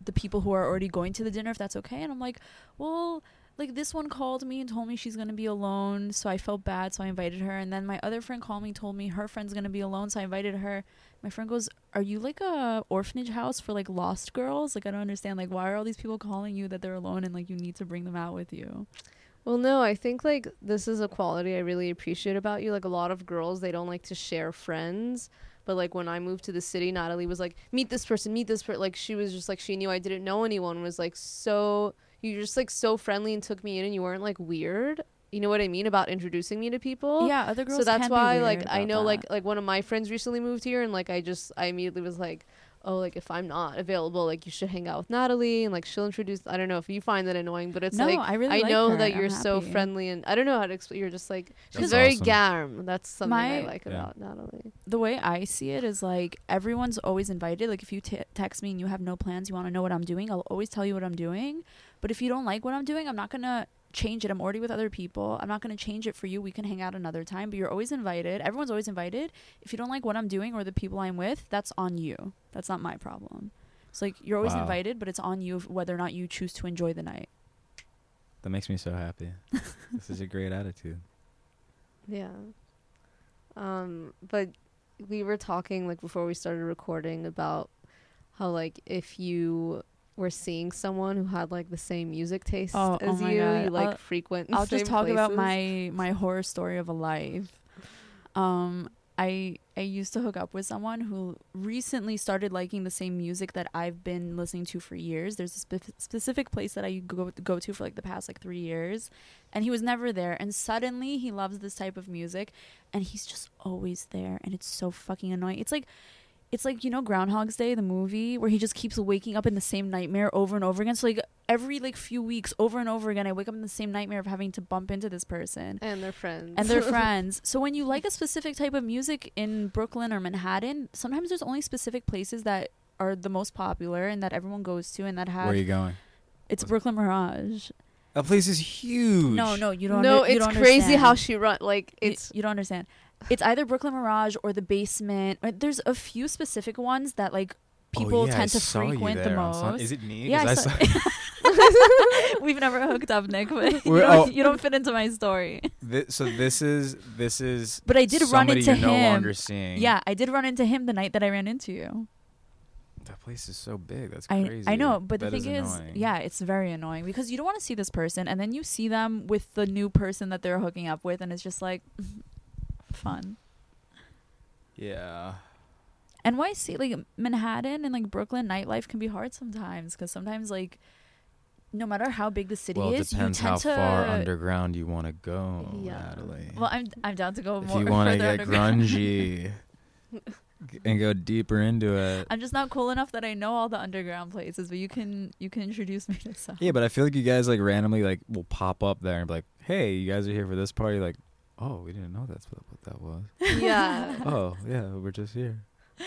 the people who are already going to the dinner if that's okay?" And I'm like, "Well, like this one called me and told me she's going to be alone, so I felt bad, so I invited her. And then my other friend called me, told me her friend's going to be alone, so I invited her. My friend goes, "Are you like a orphanage house for like lost girls? Like I don't understand. Like why are all these people calling you that they're alone and like you need to bring them out with you?"
Well, no, I think like this is a quality I really appreciate about you. Like a lot of girls, they don't like to share friends. But like when I moved to the city, Natalie was like, "Meet this person, meet this person." Like she was just like she knew I didn't know anyone. Was like so you were just like so friendly and took me in, and you weren't like weird. You know what I mean about introducing me to people.
yeah, other girls
so that's
can be
why
weird
like i
about
know
that.
like like one of my friends recently moved here and like i just i immediately was like oh like if i'm not available like you should hang out with natalie and like she'll introduce i don't know if you find that annoying but it's
No,
like
I really like
know
her.
that
I'm
you're so
happy.
friendly and i don't know how to explain you're just like she's
That's
very
awesome.
garm that's something i
My-
like
Yeah.
about natalie
the way I see it is like everyone's always invited. Like if you t- text me and you have no plans, you want to know what I'm doing, I'll always tell you what I'm doing. But if you don't like what I'm doing, I'm not gonna change it. I'm already with other people. I'm not gonna change it for you. We can hang out another time. But you're always invited. Everyone's always invited. If you don't like what I'm doing or the people I'm with, that's on you. That's not my problem. It's like you're always
Wow.
invited, but it's on you if- whether or not you choose to enjoy the night.
That makes me so happy. this is a great attitude.
yeah um but we were talking like before we started recording about how like if you were seeing someone who had like the same music taste
Oh, oh
as
my
you,
God.
you like
I'll-
frequent. the
I'll just
same
talk about
places.
my my horror story of a life. Um, I I used to hook up with someone who recently started liking the same music that I've been listening to for years. There's a spe- specific place that I go go to for like the past like three years, and he was never there. And suddenly he loves this type of music, and he's just always there, and it's so fucking annoying. It's like it's like you know groundhog's day the movie where he just keeps waking up in the same nightmare over and over again so like every like few weeks over and over again i wake up in the same nightmare of having to bump into this person
and their friends
and their friends so when you like a specific type of music in brooklyn or manhattan sometimes there's only specific places that are the most popular and that everyone goes to and that
Where
have
are you going?
it's brooklyn mirage
That place is huge. Oh,
no no you don't
no,
under- you
it's
don't
crazy how
understand.
she run. Like
You-
it's
you, don't understand. It's either Brooklyn Mirage or the basement. Or there's a few specific ones that like
Oh,
people tend to frequent the most.
is it me?
yeah, I
'Cause I saw-
saw- we've never hooked up, Nick, but you
We're-
don't,
oh.
you don't fit into my story.
Thi- so this is this is.
But I did run
somebody
into
you're no
him.
longer seeing.
yeah, I did run into him the night that I ran into you.
That place is so big. That's
I,
crazy.
I know, but
That
the thing is,
annoying.
yeah, it's very annoying because you don't want to see this person and then you see them with the new person that they're hooking up with and it's just like fun.
Yeah.
NYC, like Manhattan and like Brooklyn nightlife can be hard sometimes because sometimes like no matter how big the city
well, it
is, you tend
depends how
to.
far underground you want to go,
Yeah.
Natalie.
well, I'm I'm down to go
if
more.
you want to
further
get
underground.
grungy g- and go deeper into it.
I'm just not cool enough that I know all the underground places, but you can you can introduce me to some.
Yeah, but I feel like you guys like randomly like will pop up there and be like, "Hey, you guys are here for this party." Like, oh, we didn't know that's what, what that was.
yeah.
oh, yeah, we're just here.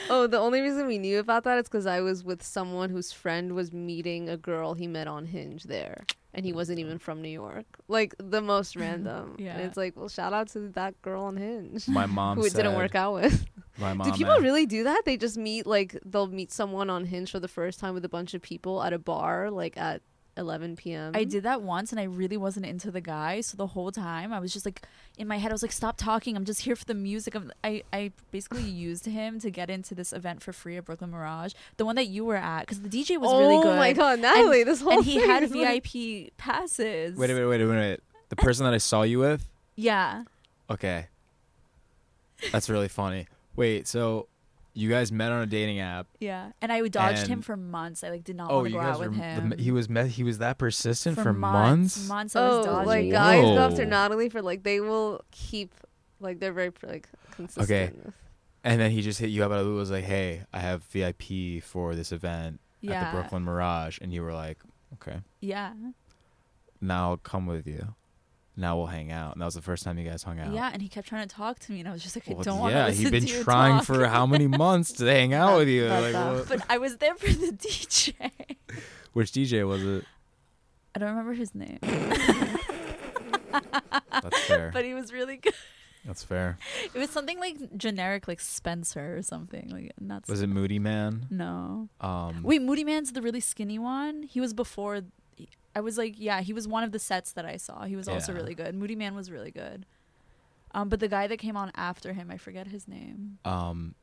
oh, the only reason we knew about that is because I was with someone whose friend was meeting a girl he met on Hinge there, and he wasn't even from New York. Like the most random.
Yeah.
And it's like, well, shout out to that girl on Hinge
My mom
who it
said.
didn't work out with.
My mom.
Do people
asked-
really do that? They just meet like they'll meet someone on Hinge for the first time with a bunch of people at a bar, like at 11 p.m.
I did that once and I really wasn't into the guy. So the whole time I was just like in my head, I was like, stop talking. I'm just here for the music. I'm, I, I basically used him to get into this event for free at Brooklyn Mirage, the one that you were at, because the DJ was
oh
really good.
my god, Natalie! this whole
and he
thing
had
is like-
VIP passes.
Wait, wait, wait, wait, wait. The person that I saw you with.
Yeah.
Okay. That's really funny. Wait, so you guys met on a dating app.
Yeah, and I dodged him
And-
for months. I like did not
oh,
want to
you
go
guys
out
were.
with him.
the- he was met. He was that persistent for,
months. I was
Oh,
dodging.
like
him.
God.
guys go after
Whoa.
Natalie for like they will keep like they're very like consistent. with-
And then he just hit you up out of the blue. Was like, "Hey, I have VIP for this event
yeah,
at the Brooklyn Mirage," and you were like, "Okay,
yeah,
now I'll come with you. Now we'll hang out." And that was the first time you guys hung
yeah,
out.
And he kept trying to talk to me, and I was just like, I
Well,
don't want
yeah,
to
he's
listen
been
to you
trying
talk.
for how many months to hang out with you?
That-
Like,
that-
what-
But I was there for the DJ.
which DJ was it?
I don't remember his name,
That's fair.
but he was really good.
That's fair.
It was something like generic, like Spencer or something. Like not.
Was it Moody Man?
No.
Um,
Wait, Moody Man's the really skinny one. He was before. I was like, yeah, he was one of the sets that I saw. He was also
Yeah.
really good. Moody Man was really good. Um, but the guy that came on after him, I forget his name.
um,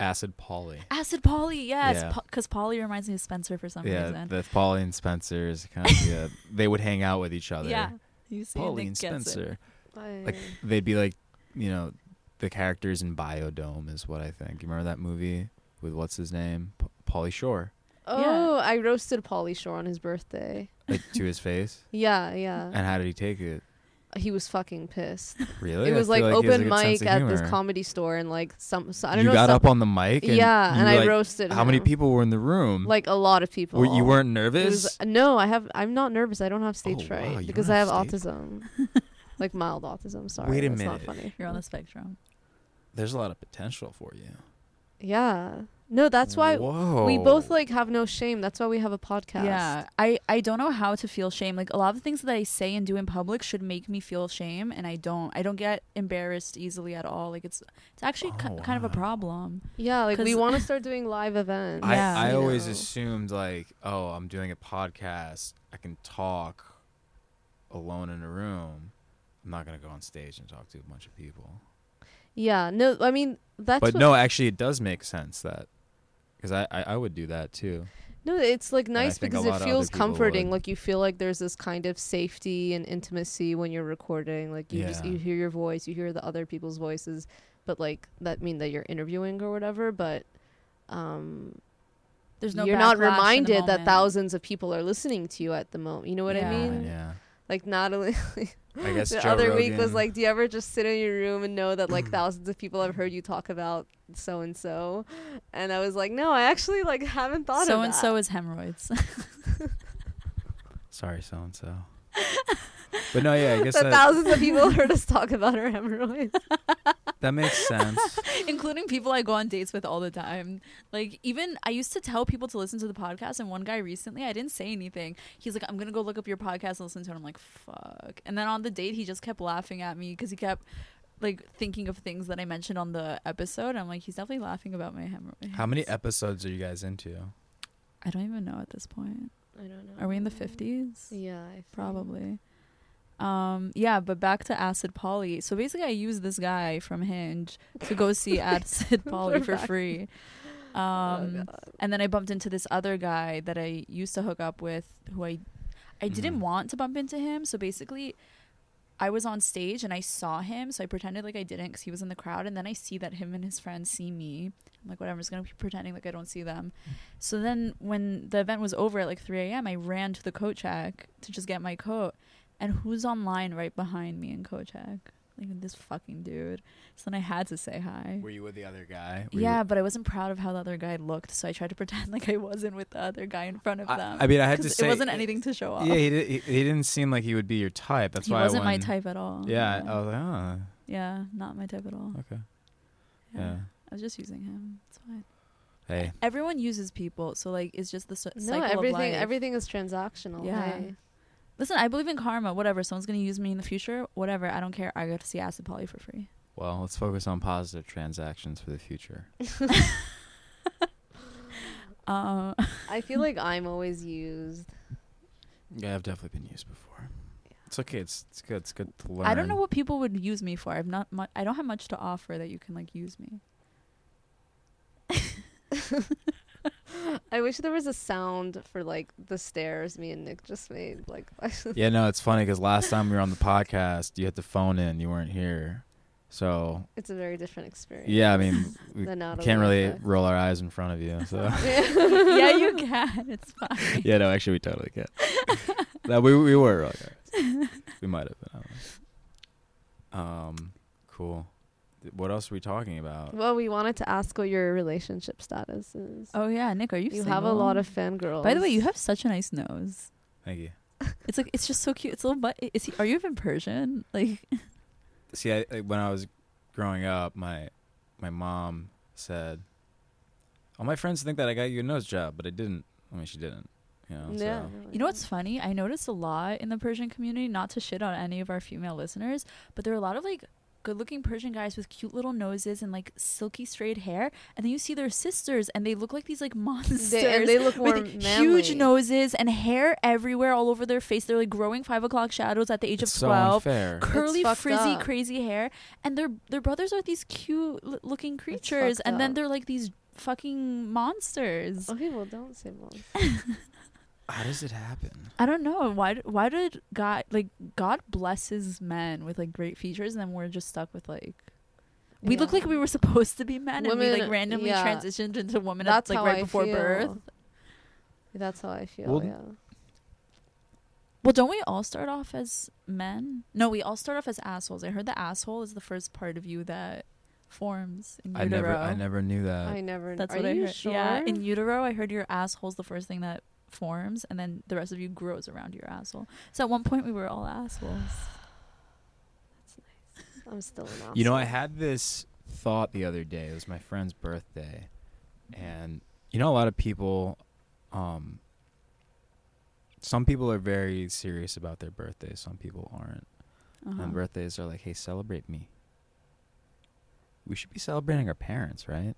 Acid Polly.
Acid Polly, yes,
Yeah.
because Polly reminds me of Spencer for some
Yeah,
reason.
the Polly and Spencer is kind of yeah. uh, They would hang out with each other.
yeah, you see,
Polly
Nick
and
gets it.
Spencer.
I-
Like they'd be like, you know, the characters in Biodome is what I think. You remember that movie with what's his name, P- Polly Shore,
oh, I roasted Pauly Shore on his birthday.
like to his face.
Yeah, yeah.
And how did he take it?
He was fucking pissed.
Really?
it
Uh, I
was
feel
like,
he has a
open
good sense
mic
of
at this
humor.
comedy store and like some. So, I don't
you
know.
got
some-
up on the mic. And
yeah,
you
and
were
I
like-
roasted.
How many
him.
people were in the room?
Like a lot of people.
Were- you weren't
It
nervous.
was- no, I have. I'm not nervous. I don't have stage
Oh,
fright
wow, you
because
don't
I have
have
autism, like mild autism. Sorry,
Wait a
that's
minute.
Not funny.
You're on the spectrum.
There's a lot of potential for you.
Yeah. No, that's why
Whoa.
we both like have no shame. That's why we have a podcast.
Yeah, I I don't know how to feel shame. Like a lot of things that I say and do in public should make me feel shame, and I don't. I don't get embarrassed easily at all. Like it's it's actually ki-
Oh,
kind of a
wow.
problem.
Yeah, like we
'Cause-
want to start doing live events.
I,
Yeah.
I
you
always
know.
assumed like, oh, I'm doing a podcast. I can talk alone in a room. I'm not gonna go on stage and talk to a bunch of people.
Yeah, no, I mean that's
but
what-
no, actually, it does make sense that because I, I I would do that too.
no, it's like
I
nice
think a
because
lot
it
of other
feels
people
comforting.
would.
Like you feel like there's this kind of safety and intimacy when you're recording. Like you just
Yeah.
you hear your voice, you hear the other people's voices, but like that mean that you're interviewing or whatever. But um,
There's no.
you're not
backlash in the
reminded that
moment.
thousands of people are listening to you at the moment. You know what
Yeah.
I mean?
yeah.
Like not only
I guess
the
Joe
other week was
Rogan-
like, do you ever just sit in your room and know that like thousands of people have heard you talk about so and so? And I was like, no, I actually like haven't thought
So
of
and
that.
so is hemorrhoids.
sorry, so and so. But no, yeah, I guess
that
that,
thousands of people heard us talk about our hemorrhoids.
that makes sense.
including people I go on dates with all the time. Like even I used to tell people to listen to the podcast, and one guy recently, I didn't say anything. He's like, "I'm gonna go look up your podcast and listen to it." I'm like, "Fuck!" And then on the date, he just kept laughing at me because he kept like thinking of things that I mentioned on the episode. I'm like, he's definitely laughing about my hemorrhoids.
How many episodes are you guys into?
I don't even know at this point.
I don't know.
Are we in the fifties?
Yeah, I think.
Probably. Um, yeah, but back to Acid Polly. So basically, I used this guy from Hinge to go see Acid Polly
We're
for
back.
free.
Oh,
Um,
God.
and then I bumped into this other guy that I used to hook up with, who I, I didn't
Mhm.
want to bump into him. So basically, I was on stage and I saw him, so I pretended like I didn't because he was in the crowd. And then I see that him and his friends see me. I'm like, whatever, I'm just gonna be pretending like I don't see them. So then, when the event was over at like 3 a.m., I ran to the coat check to just get my coat. And who's online right behind me in coat check? Like this fucking dude. So then I had to say hi.
Were you with the other guy? Were you-
Yeah, but I wasn't proud of how the other guy looked, so I tried to pretend like I wasn't with the other guy in front of
I,
them.
I mean, I had to
'Cause
say
it wasn't anything to show off.
Yeah, he, did, he he didn't seem like he would be your type. That's
he
why
wasn't
I
my
wouldn't-
type at all.
Yeah,
yeah,
I was like, oh,
Yeah, not my type at all.
okay.
Yeah.
Yeah.
I was just using him. It's fine.
Hey,
Everyone uses people, so like it's just the s-
No,
cycle of
everything
life.
everything is transactional.
Yeah.
hey.
Listen, I believe in karma. Whatever, someone's gonna use me in the future. Whatever, I don't care. I got to see Acid Polly for free.
well, let's focus on positive transactions for the future.
Um,
I feel like I'm always used.
Yeah, I've definitely been used before. It's okay. It's it's good. It's good to learn.
I don't know what people would use me for. I've not. Mu- I don't have much to offer that you can like use me.
I wish there was a sound for like the stares me and Nick just made. Like
Yeah, no, it's funny because last time we were on the podcast, you had to phone in. You weren't here, So
It's a very different experience.
yeah, I mean, we
than out of
can't really
America.
roll our eyes in front of you. So
yeah, you can. It's fine.
yeah, no, actually, we totally can. no, we we were rolling our eyes. We might have been. I don't know. Um, cool. Th- What else are we talking about?
Well, we wanted to ask what your relationship status is.
Oh yeah, Nick, are you?
you have a lot
single?
of fangirls.
By the way, you have such a nice nose.
Thank you.
It's like it's just so cute. It's a little but is he, are you even Persian? Like
See, I, I- when I was growing up, my my mom said, "All my friends think that I got you a nose job, but I didn't. I mean, she didn't. You know,
yeah.
so-
you know what's funny? I noticed a lot in the Persian community, not to shit on any of our female listeners, but there are a lot of like good-looking Persian guys with cute little noses and like silky straight hair, and then you see their sisters and they look like these like monsters.
They, and they look more
with
manly.
huge noses and hair everywhere all over their face. They're like growing five o'clock shadows at the age
it's
of
so
twelve.
unfair.
curly,
fucked
frizzy,
up.
crazy hair, and their their brothers are these cute l- looking creatures,
fucked
and then
up.
they're like these fucking monsters.
Okay, well, don't say monster.
How does it happen?
I don't know why. d- Why did God like God blesses men with like great features, and then we're just stuck with like. We look
Yeah.
like we were supposed to be men, and we like
Women-
randomly
yeah.
transitioned into women at,
That's
like
how
right
I
before
feel.
birth.
That's how I feel.
Well,
yeah.
Well, don't we all start off as men? No, we all start off as assholes. I heard the asshole is the first part of you that forms in
I never,
utero.
I never knew that.
I never.
That's
are
what I
you
heard.
Sure?
Yeah, in utero, I heard your asshole's the first thing that forms, and then the rest of you grows around your asshole. So at one point, we were all assholes.
I'm still an
You know, I
asshole.
had this thought the other day. It was my friend's birthday, and you know, a lot of people, um, some people are very serious about their birthdays. Some people aren't.
Uh-huh.
And birthdays are like, hey, celebrate me. We should be celebrating our parents, right?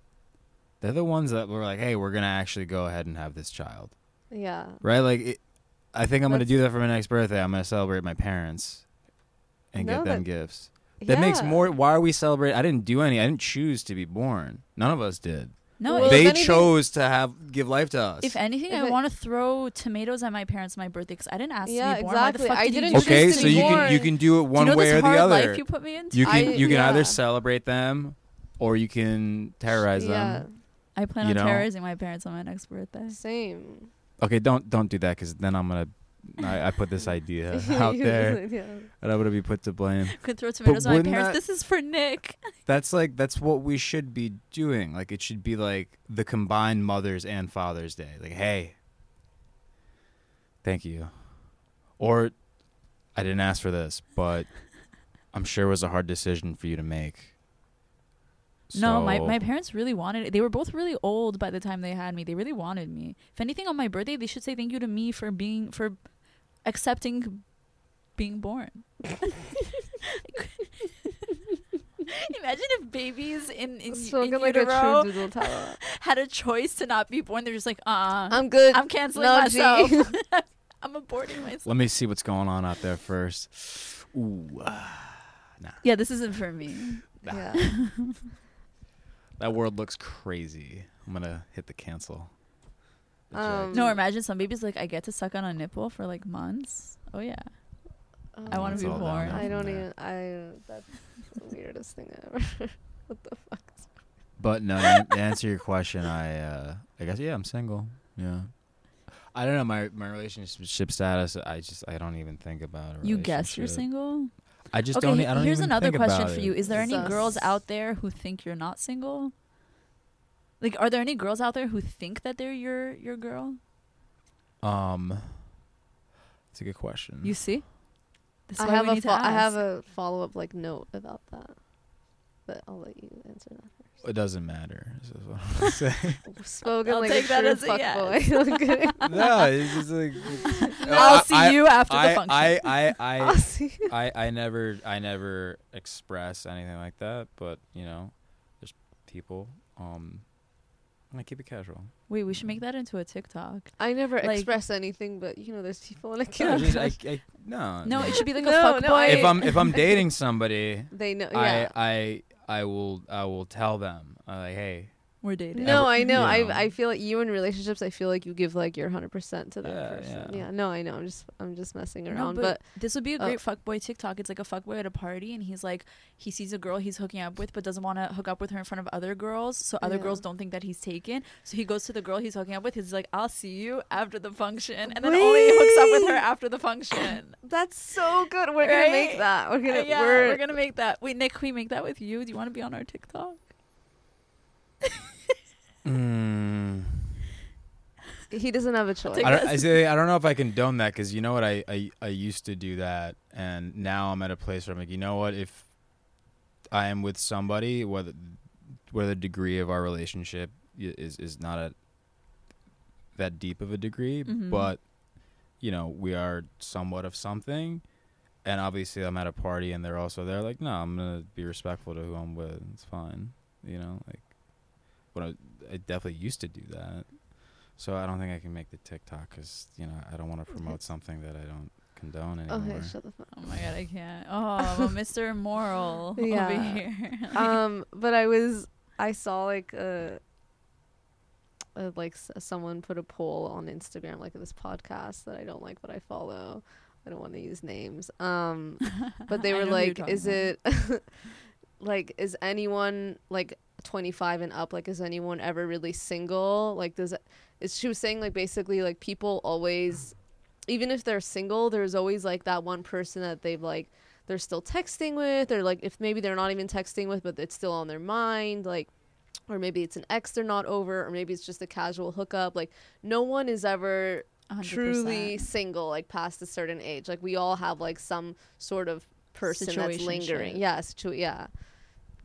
They're the ones that were like, hey, we're gonna actually go ahead and have this child,
Yeah.
right? Like, it, I think I'm gonna
That's-
do that for my next birthday. I'm gonna celebrate my parents and
No,
get them
that-
gifts. That makes
Yeah.
more. Why are we celebrating? I didn't do any. I didn't choose to be born. None of us did.
no,
Well,
if-
they
if anything-
chose to have give life to us.
if anything,
if
I
it-
want to throw tomatoes at my parents on my birthday because I didn't ask
Yeah,
to be born. Why
exactly.
the fuck
I
did
didn't
you
choose
do
okay,
this
to
so
to
be
you
born.
can you can do it
Do you
one
know
way
this
or the
hard
other.
life you put me into?
You can
I-
you can either
yeah.
celebrate them or you can terrorize
Yeah.
them.
I plan
you
on
know?
terrorizing my parents on my next birthday.
Same.
Okay, don't don't do that because then I'm gonna I, I put this idea out there
yeah.
and I'm gonna be put to blame.
Could throw tomatoes at my
wouldn't
parents.
that-
This is for Nick.
That's like that's what we should be doing. Like it should be like the combined Mother's and Father's Day. Like, hey, thank you. Or I didn't ask for this, but I'm sure it was a hard decision for you to make.
No, my,
So-
my parents really wanted it. They were both really old by the time they had me. They really wanted me. If anything, on my birthday, they should say thank you to me for being, for accepting being born. Imagine if babies in, in,
Spoken
in
like a
utero
true doodle teller.
had a choice to not be born. They're just like, uh, I'm,
I'm good.
canceling
No, G.
myself. I'm aborting myself.
Let me see what's going on out there first. Ooh, ah,
Yeah, this isn't for me.
yeah.
that world looks crazy. I'm gonna hit the cancel.
Um,
No, imagine some babies like, I get to suck on a nipple for like months. Oh, yeah. I wanna
It's
be
all down
born.
there
I
from
don't
there.
even. I. That's the weirdest thing ever. what the fuck?
But no, to to answer your question, I uh, I guess yeah, I'm single. Yeah. I don't know my my relationship status. I just I don't even think about it.
You guess you're single?
I just
okay,
don't.
he-
e- I don't
here's
even
another
think
question
about
for
it.
you. Is there any
Sus.
girls out there who think you're not single? Like, are there any girls out there who think that they're your your girl?
Um, it's a good question.
You see, This is
I
why
have
we
a
need to
fo- I have a
ask.
follow up like note about that, but I'll let you answer that.
it doesn't matter. is what I'm gonna say.
Spoken
I'll
like
take
a
that
true
as a
fuck
yes.
boy. I'm kidding.
no, it's just like
I'll
I-
see
I-
you after the
I,
function.
I I I
I'll see.
I, I never I never express anything like that, but you know, there's people. Um, I keep it casual.
Wait, we should make that into a TikTok.
I never
Like-
express anything, but you know, there's people in a
No,
camp.
just, I, I, Uh, no,
No, it should be like a
No,
fuck
no,
boy.
I-
if I'm if I'm dating somebody,
They know. Yeah.
I I I will I will tell them uh, like, hey,
We're dating.
No,
Ever-
I know.
you know.
I I feel like you in relationships. I feel like you give like your hundred percent to that
Yeah,
person.
yeah.
Yeah. No, I know. I'm just I'm just messing
No,
around.
but, this would be a
Oh.
great fuckboy TikTok. It's like a fuckboy at a party, and he's like, he sees a girl he's hooking up with, but doesn't want to hook up with her in front of other girls, so other
Yeah.
girls don't think that he's taken. So he goes to the girl he's hooking up with. He's like, "I'll see you after the function," and then only hooks up with her
Wait.
after the function.
but that's so good. We're gonna make
Right?
that. We're gonna.
yeah,
we're,
we're, gonna make that. Wait, Nick, can we make that with you? Do you want to be on our TikTok?
Mm.
he doesn't have a choice.
take
I don't, I, say, I don't know if I condone that because you know what I, I I used to do that and now I'm at a place where I'm like you know what if I am with somebody whether where the degree of our relationship i- is is not at that deep of a degree
Mhm.
but you know we are somewhat of something and obviously I'm at a party and they're also there like no I'm gonna be respectful to who I'm with it's fine you know like but I, I definitely used to do that. So I don't think I can make the TikTok because you know I don't want to promote something that I don't condone anymore.
okay, shut the fuck.
Oh my god, I can't. Oh, Mr. Moral over
Yeah.
here.
um, but I was I saw like a, a like s- someone put a poll on Instagram like this podcast that I don't like but I follow. I don't want to use names. Um, but they
I
were
know who you're
like,
talking
is it like is anyone like 25 and up like is anyone ever really single like does is she was saying like basically like people always even if they're single there's always like that one person that they've like they're still texting with or like if maybe they're not even texting with but it's still on their mind like or maybe it's an ex they're not over or maybe it's just a casual hookup like no one is ever
100%.
truly single like past a certain age like we all have like some sort of person that's
Situationship.
lingering yeah situ- yeah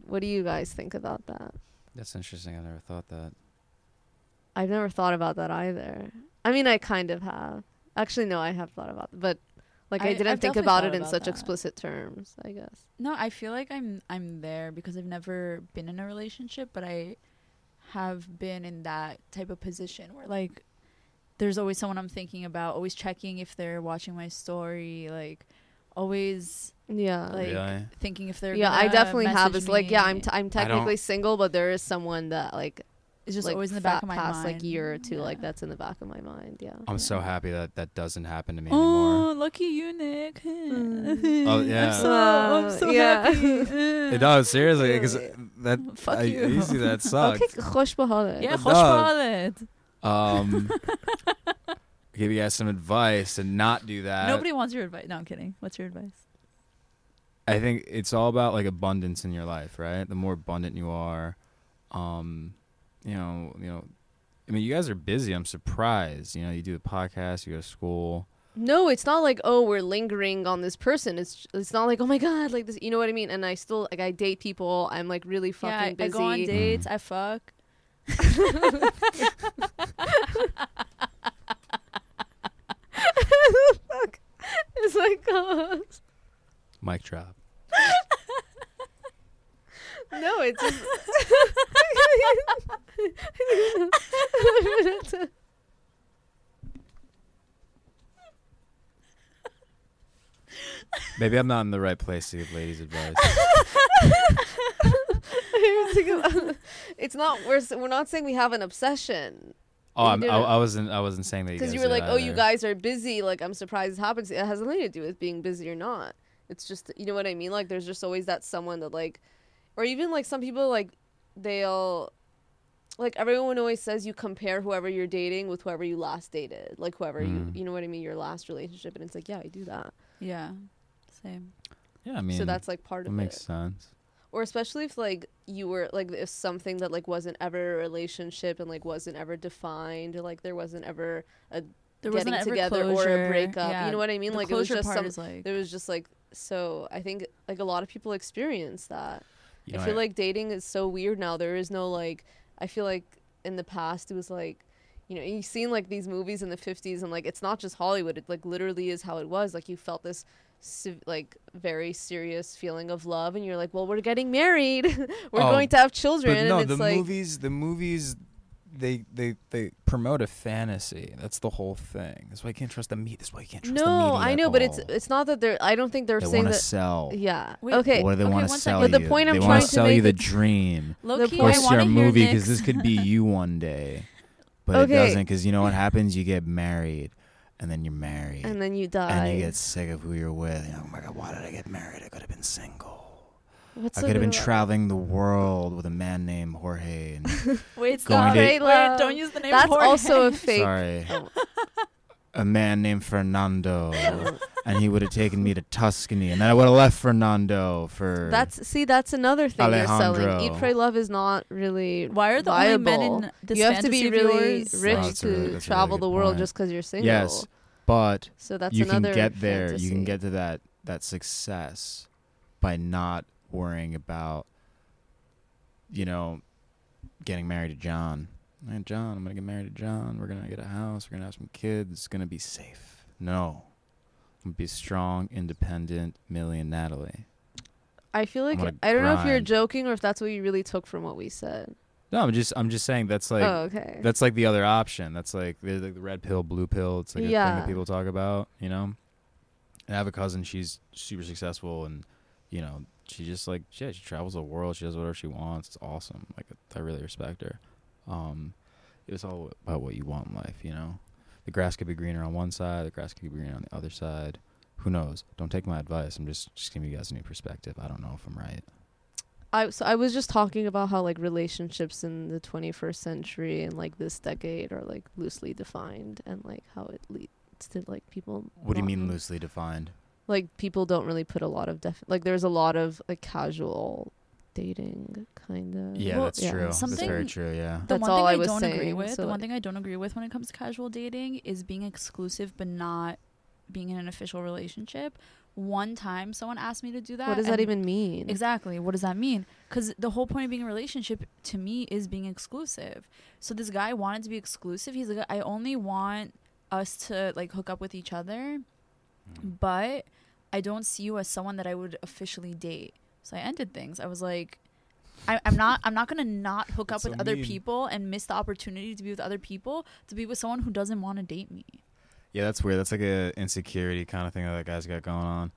what do you guys think about that
That's interesting. I never thought that.
i've never thought about that either i mean i kind of have actually no i have thought about but like i,
I-
didn't
I've
think
definitely
about
thought
it in
about
such
that.
explicit terms i guess
No, I feel like I'm I'm there because I've never been in a relationship, but I have been in that type of position where like there's always someone I'm thinking about, always checking if they're watching my story, like always
yeah
Like,
really?
thinking if they're
yeah i
gonna
definitely have
message
it's like yeah i'm,
me.
t- I'm technically single but there is someone that like
it's just
like,
always in the
fa-
back of my
past
mind
like year or two like
Yeah.
that's in the back of my mind yeah
I'm so happy that that doesn't happen to me anymore.
Oh, lucky you, Nick.
Mm.
Oh, yeah.
I'm so, I'm
Hmm. Wow,
so
yeah.
happy.
It does seriously because
Really?
that
Fuck
I,
you.
easy that sucks.
okay خوش به حالت.
Yeah,
It
خوش به حالت.
Um, give you guys some advice and not do that.
Nobody wants your advice. No, I'm kidding. What's your advice?
I think it's all about like abundance in your life, right? The more abundant you are, um, you know, you know, I mean, you guys are busy. I'm surprised. You know, you do the podcast, you go to school.
No, it's not like oh we're lingering on this person. It's it's not like oh my god like this. You know what I mean? And I still like I date people. I'm like really
yeah, I,
fucking
I
busy.
go on
Mm.
dates. I fuck.
Fuck. It's like uh,
Mic drop.
no, it's just.
Maybe I'm not in the right place to give ladies advice.
it's not we're s- we're not saying we have an obsession
Oh, I'm, I,
do it.
I wasn't. I wasn't saying that you
because
guys
you were
did
like oh you
either.
guys are busy like I'm surprised it happens. It has nothing to do with being busy or not. It's just you know what I mean. Like there's just always that someone that like, or even like some people like they'll like everyone always says you compare whoever you're dating with whoever you last dated like whoever you
Mm.
you know what i mean your last relationship and it's like yeah i do that
Yeah, same.
Yeah, I mean,
so that's like part
that
of
makes
it
sense.
or especially if like you were like if something that like wasn't ever a relationship and like wasn't ever defined or like there wasn't ever
There
Getting
wasn't ever
together or a
closure.
breakup. You
Yeah,
know what I mean?
the
Like, it was
closure
just
part
some-
is like
there was just like so i think like a lot of people experience that
You
I
know,
feel like dating is so weird now. There is no like. I feel like in the past it was like, you know, you've seen like these movies in the fifties, and like it's not just Hollywood. It like literally is how it was. Like you felt this se- like very serious feeling of love, and you're like, well, we're getting married, we're
Oh,
going to have
but
children,
no,
and
the
it's like
movies. The movies they they they promote a fantasy. That's the whole thing. That's why you can't trust the meat. That's why you can't trust the media.
No, I know,
at
but it's
all.
it's not that they're. I don't think they're
they
saying
want to
that.
sell.
Yeah.
Wait,
okay.
What do they
okay,
want to
one
sell
second. But the
you?
point
they
I'm
wanna
trying to
sell you the
make is-
dream.
Low key,
point-
Or
I
Force
want
your
to hear
movie
Nick's.
because this could be you one day, but it
Okay.
doesn't because you know what happens? You get married, and then you're married,
And then you die.
and you get sick of who you're with. You're like, oh my god, why did I get married? I could have been single.
What's
I
so uh,
could have
good
been
about-
traveling the world with a man named Jorge. And Going
Wait, stop.
to-
Wait,
Love.
don't use the name.
That's
Jorge.
also a fake.
sorry,
Oh.
a man named Fernando,
Oh.
and he would have taken me to Tuscany, and then I would have left Fernando for
That's see, that's another thing they're selling. Eat,
Alejandro.
pray, love is not really.
Why are the
viable.
only men in this
you have to
fantasy
be
of
really
yours?
Wow,
rich
that's
to
a really- that's a really
travel
good
the world
point.
just because you're single.
yes, but
So that's
you can
another.
get there. You
fantasy.
can get to that that success by not worrying about, you know, getting married to John. Man, John, I'm gonna get married to John. We're gonna get a house. We're gonna have some kids. It's gonna be safe. No, I'm gonna be strong, independent, Millie and Natalie.
I feel like
gonna
I don't know if you're
grind.
joking or if that's what you really took from what we said.
No, I'm just I'm just saying that's like
oh, okay.
that's like the other option. That's like there's like the red pill, blue pill. It's like a thing
Yeah.
that people talk about, you know. And I have a cousin. She's super successful, and you know, she just like yeah, she travels the world. She does whatever she wants. It's awesome. Like I really respect her. Um, it's all about what you want in life, you know. The grass could be greener on one side. The grass could be greener on the other side. Who knows? Don't take my advice. I'm just just giving you guys a new perspective. I don't know if I'm right.
I so I was just talking about how like relationships in the 21st century and like this decade are like loosely defined and like how it leads to like people.
What do you
not-
mean loosely defined?
Like people don't really put a lot of def like there's a lot of like casual dating kind of.
Yeah,
Well,
that's
yeah.
true. That's
something-
very true. Yeah.
The
That's
one
all
thing
I
I,
was
don't agree
saying,
with,
so
the
like-
one thing I don't agree with when it comes to casual dating is being exclusive but not being in an official relationship. One time someone asked me to do that.
What does that
and-
even mean?
Exactly. What does that mean? Because the whole point of being in a relationship to me is being exclusive. So this guy wanted to be exclusive. He's like, I only want us to like hook up with each other, but I don't see you as someone that I would officially date. So I ended things. I was like, I, I'm not. I'm not gonna not hook up
That's
with
so
other
mean.
people and miss the opportunity to be with other people to be with someone who doesn't want to date me.
Yeah, that's weird. That's like a insecurity kind of thing that that guy's got going on. Um,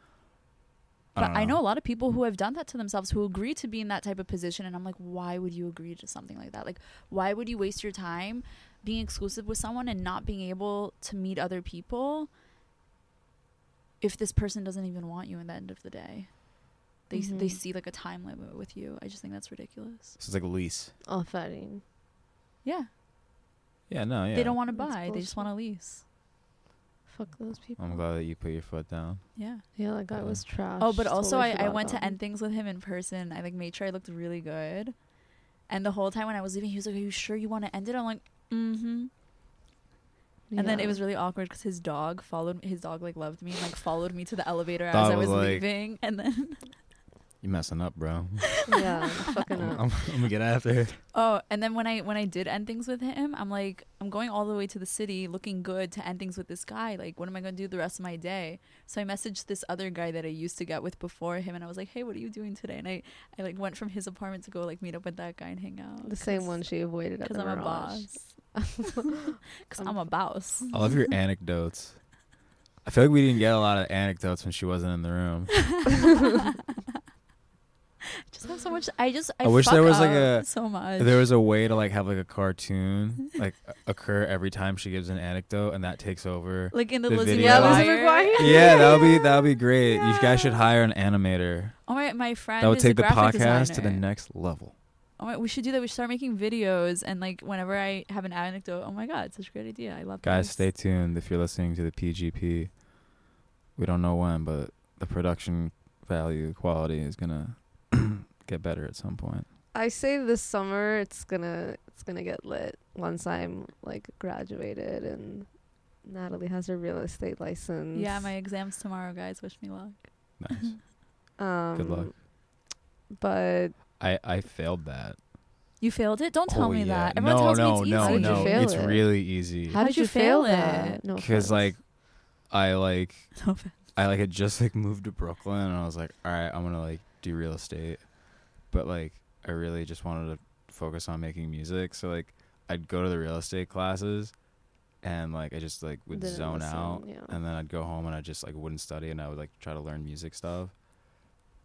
But
don't
I know a lot of people who have done that to themselves who agree to be in that type of position. And I'm like, why would you agree to something like that? Like, why would you waste your time being exclusive with someone and not being able to meet other people if this person doesn't even want you in the end of the day? They, they
Mhm.
see like a time limit with you. I just think that's ridiculous.
So it's like a lease.
Offering.
Yeah.
Yeah, no, yeah.
They don't want to
That's
buy, they just
bullshit.
want to lease.
Fuck those people.
I'm glad that you put your foot down.
Yeah.
Yeah, that guy
Yeah.
was trash.
Oh, but also
Totally
I, I
forgot
went
about
to
him.
end things with him in person. I like made sure I looked really good. And the whole time when I was leaving, he was like, "Are you sure you want to end it?" I'm like, "Mm-hmm." And then
Yeah.
it was really awkward because his dog followed. His dog like loved me and like followed me to the elevator as
Dog
I
was
was
like-
leaving. And then
You messing up, bro.
yeah, fucking
I'm,
up.
I'm, gonna get after it.
oh, and then when I when I did end things with him, I'm like, I'm going all the way to the city, looking good to end things with this guy. Like, what am I gonna do the rest of my day? So I messaged this other guy that I used to get with before him, and I was like, Hey, what are you doing today? And I I like went from his apartment to go like meet up with that guy and hang out.
The same
'cause-
one she avoided at
because
the
I'm a
Mirage.
boss. Because I'm a boss.
I love your anecdotes. I feel like we didn't get a lot of anecdotes when she wasn't in the room.
Um,
Just have so much. I just I,
I wish there
fuck
was, like,
up
a-
so much.
There was a way to like have like a cartoon like occur every time she gives an anecdote, and that takes over.
like in the,
the
Lizzie
video. Yeah,
McGuire.
Lizzie
McGuire.
Yeah, that would be that would be great. You guys should
Yeah.
hire an animator.
Oh my, my friend.
That would
is a
take the podcast
graphic
to the
designer.
next level.
Oh my, we should do that. We should start making videos and like whenever I have an anecdote. Oh my god, such a great idea. I love
Guys,
this.
stay tuned if you're listening to the PGP. We don't know when, but the production value quality is gonna get better at some point.
I say this summer it's gonna it's gonna get lit once I'm like graduated and Natalie has her real estate license.
Yeah, my exams tomorrow, guys. Wish me luck. Mm-hmm.
Nice.
um,
Good luck.
But
I I failed that.
You failed it. Don't tell
Oh,
me
yeah.
that. Everyone
no,
tells
no,
me it's
no,
easy.
How'd you
no.
fail
it's
it?
really easy.
how did you fail that?
it?
No, offense.
Because like, I like
No offense.
I like had just like moved to Brooklyn and I was like, all right, I'm gonna like do real estate, but like I really just wanted to focus on making music. So like I'd go to the real estate classes, and like I just like would
Didn't
zone
listen,
out,
yeah.
and then I'd go home and I just like wouldn't study, and I would like try to learn music stuff,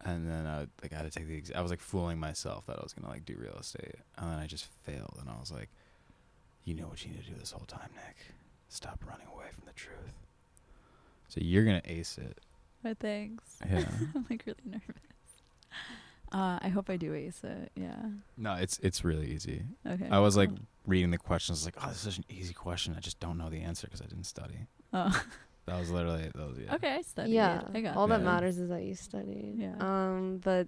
and then I would, like I had to take the. Ex- I was like fooling myself that I was gonna like do real estate, and then I just failed, and I was like, you know what you need to do this whole time, Nick, stop running away from the truth. So you're gonna ace it.
But thanks.
Yeah.
I'm like really nervous. Uh, I hope I do ace it. Yeah.
no, it's it's really easy.
Okay.
I was like
cool.
reading the questions, like, oh, this is such an easy question. I just don't know the answer because I didn't study.
oh,
That was literally that was yeah.
okay. I studied.
yeah.
I got
All
it.
that
Yeah.
matters is that you studied.
Yeah.
Um, but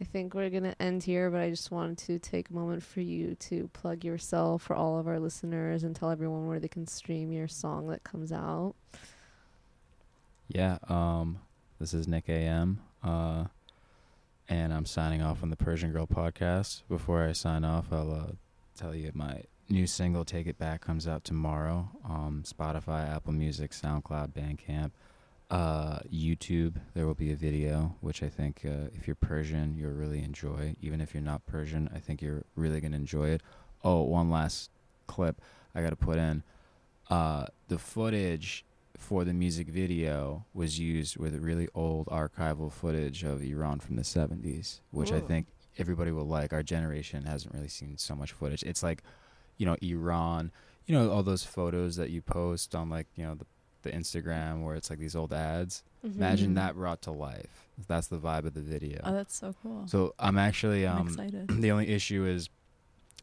I think we're gonna end here. But I just wanted to take a moment for you to plug yourself for all of our listeners and tell everyone where they can stream your song that comes out.
Yeah. Um, this is Nick A.M. Uh, and I'm signing off on the Persian Girl podcast. Before I sign off, I'll uh, tell you my new single, Take It Back, comes out tomorrow. Um, Spotify, Apple Music, SoundCloud, Bandcamp, uh, YouTube. There will be a video, which I think uh, if you're Persian, you'll really enjoy. Even if you're not Persian, I think you're really going to enjoy it. Oh, one last clip I got to put in. Uh, the footage for the music video was used with really old archival footage of Iran from the 70s, which I
Whoa.
think everybody will like. Our generation hasn't really seen so much footage. It's like, you know, Iran, you know, all those photos that you post on like, you know, the, the Instagram where it's like these old ads. Imagine
Mhm.
that brought to life. That's the vibe of the video.
Oh, that's so cool.
so I'm actually
I'm
um,
excited.
the only issue is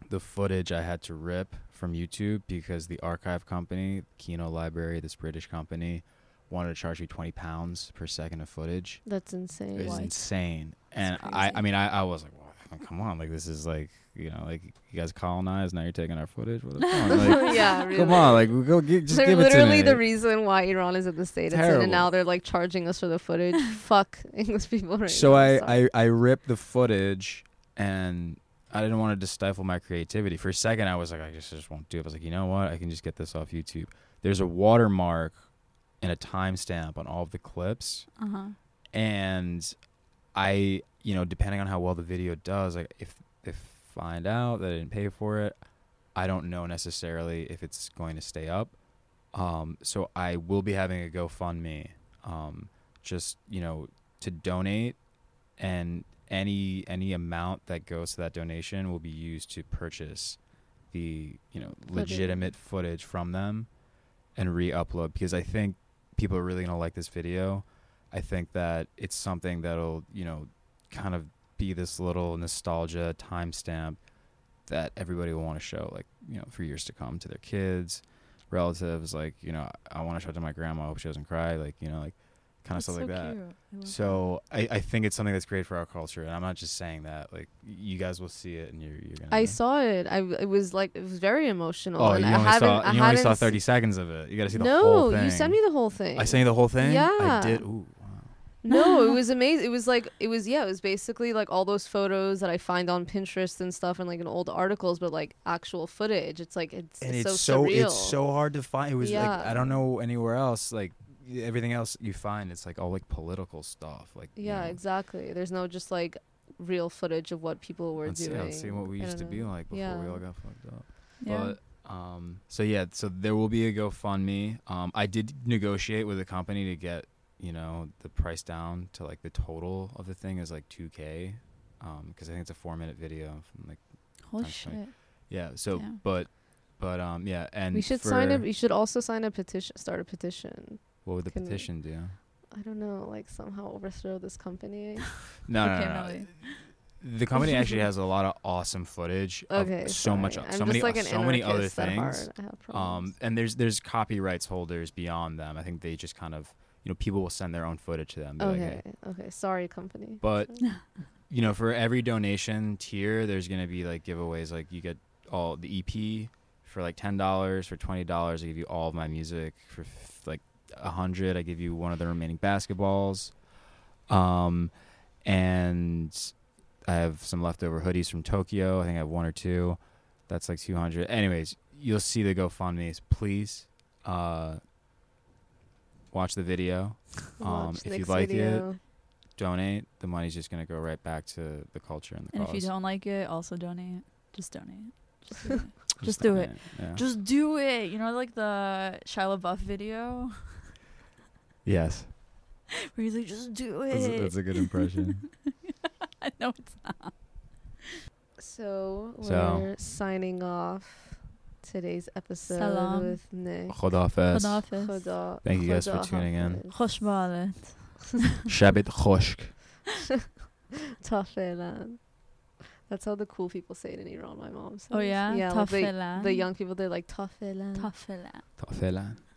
the footage I had to rip from YouTube because the archive company, Kino Library, this British company, wanted to charge me twenty pounds per second of footage.
That's
It
insane.
was
What?
insane, and
That's
I, I
crazy.
mean, I, I was like, well, come on, like this is like, you know, like you guys colonized, now you're taking our footage. What the fuck? Like,
yeah, really.
Come on, like we go get, just
They're
give it to
literally
me.
the reason why Iran is at the state it's in,
Terrible.
and now they're like charging us for the footage. Fuck English people right
so
now.
I,
sorry.
I I ripped the footage and I didn't want to stifle my creativity. For a second, I was like, I just, just won't do it. I was like, you know what? I can just get this off YouTube. There's a watermark and a timestamp on all of the clips,
Uh huh.
and I, you know, depending on how well the video does, like if if find out that I didn't pay for it, I don't know necessarily if it's going to stay up. Um, so I will be having a GoFundMe, um, just you know, to donate, and any any amount that goes to that donation will be used to purchase the you know legitimate footage from them, and re-upload because I think people are really gonna like this video. I think that it's something that'll you know, kind of be this little nostalgia timestamp that everybody will want to show like you know for years to come to their kids relatives like you know i, want to show it to my grandma I hope she doesn't cry like you know like kind of
That's
stuff
so
like that
cute. I love
so I, I think it's something that's great for our culture and i'm not just saying that like y- you guys will see it and you're, you're gonna
I saw it. I it was like it was very emotional.
oh
and
you
I
only,
haven't,
saw,
I
you only
hadn't
saw
s-
30 seconds of it you gotta see the
no,
whole thing
you sent me the whole thing.
i sent you the whole thing
Yeah.
i did ooh wow.
No, it was amazing. It was like it was yeah, it was basically like all those photos that I find on Pinterest and stuff and like in old articles, but like actual footage. It's like it's,
and
it's
it's
so
so,
surreal.
it's so hard to find. It was like
Yeah.
I don't know anywhere else. Like y- everything else you find, it's like all like political stuff. Like you
yeah,
know,
exactly. There's no just like real footage of what people were
let's see-
doing.
let's see what we
I
used to
don't
be
know.
like before we
Yeah.
all got fucked up.
it. Yeah.
But um, so yeah, so there will be a GoFundMe. Um, I did negotiate with the company to get you know the price down to like the total of the thing is like two k, um, because I think it's a four minute video. From, like
Holy
That's
shit.
funny. yeah, so
Yeah.
but but um yeah, and
we should sign
for-
up. You should also sign a petition, start a petition.
What would the
can-
petition do?
I don't know, like somehow overthrow this company.
No, no,
okay,
no, no.
Melly.
The company actually has a lot of awesome footage. Of
Okay,
so much,
sorry.
so
I'm
many,
just like an
so many other
anarchist at
things.
heart. I have
Um,
problems.
and there's there's copyrights holders beyond them. I think they just kind of you know people will send their own footage to them. and be like,
okay,
"Hey."
okay, sorry, company.
But you know, for every donation tier, there's gonna be like giveaways. Like you get all the EP for like ten dollars, for twenty dollars, I give you all of my music. For f- like a hundred, I give you one of the remaining basketballs. Um, and I have some leftover hoodies from Tokyo. I think I have one or two. That's like 200. Anyways, you'll see the GoFundMe's. Please uh, watch the video. um,
Watch
if you
Nick's
like it,
video.
Donate. The money's just going to go right back to the culture and the
And if
cause.
you don't like it, also donate. Just donate. Just donate. Just do
yeah,
it.
yeah.
Just do it. You know, like the Shia LaBeouf video
yes,
where he's like, just do it.
that's, that's a good impression.
no, it's not.
So
So-
we're signing off today's episode
Salam.
with Nick.
Khodafes.
Office.
Khuda-
Thank you guys for
Khuda
tuning in.
Hafiz.
خوش بالت.
Shabbat khoshk.
Ta felan. That's how the cool people say it in Iran. My mom. Says.
Oh yeah,
yeah. like they-
Tafelan.
the young people they're like ta felan.
Tafelan.
Tafelan.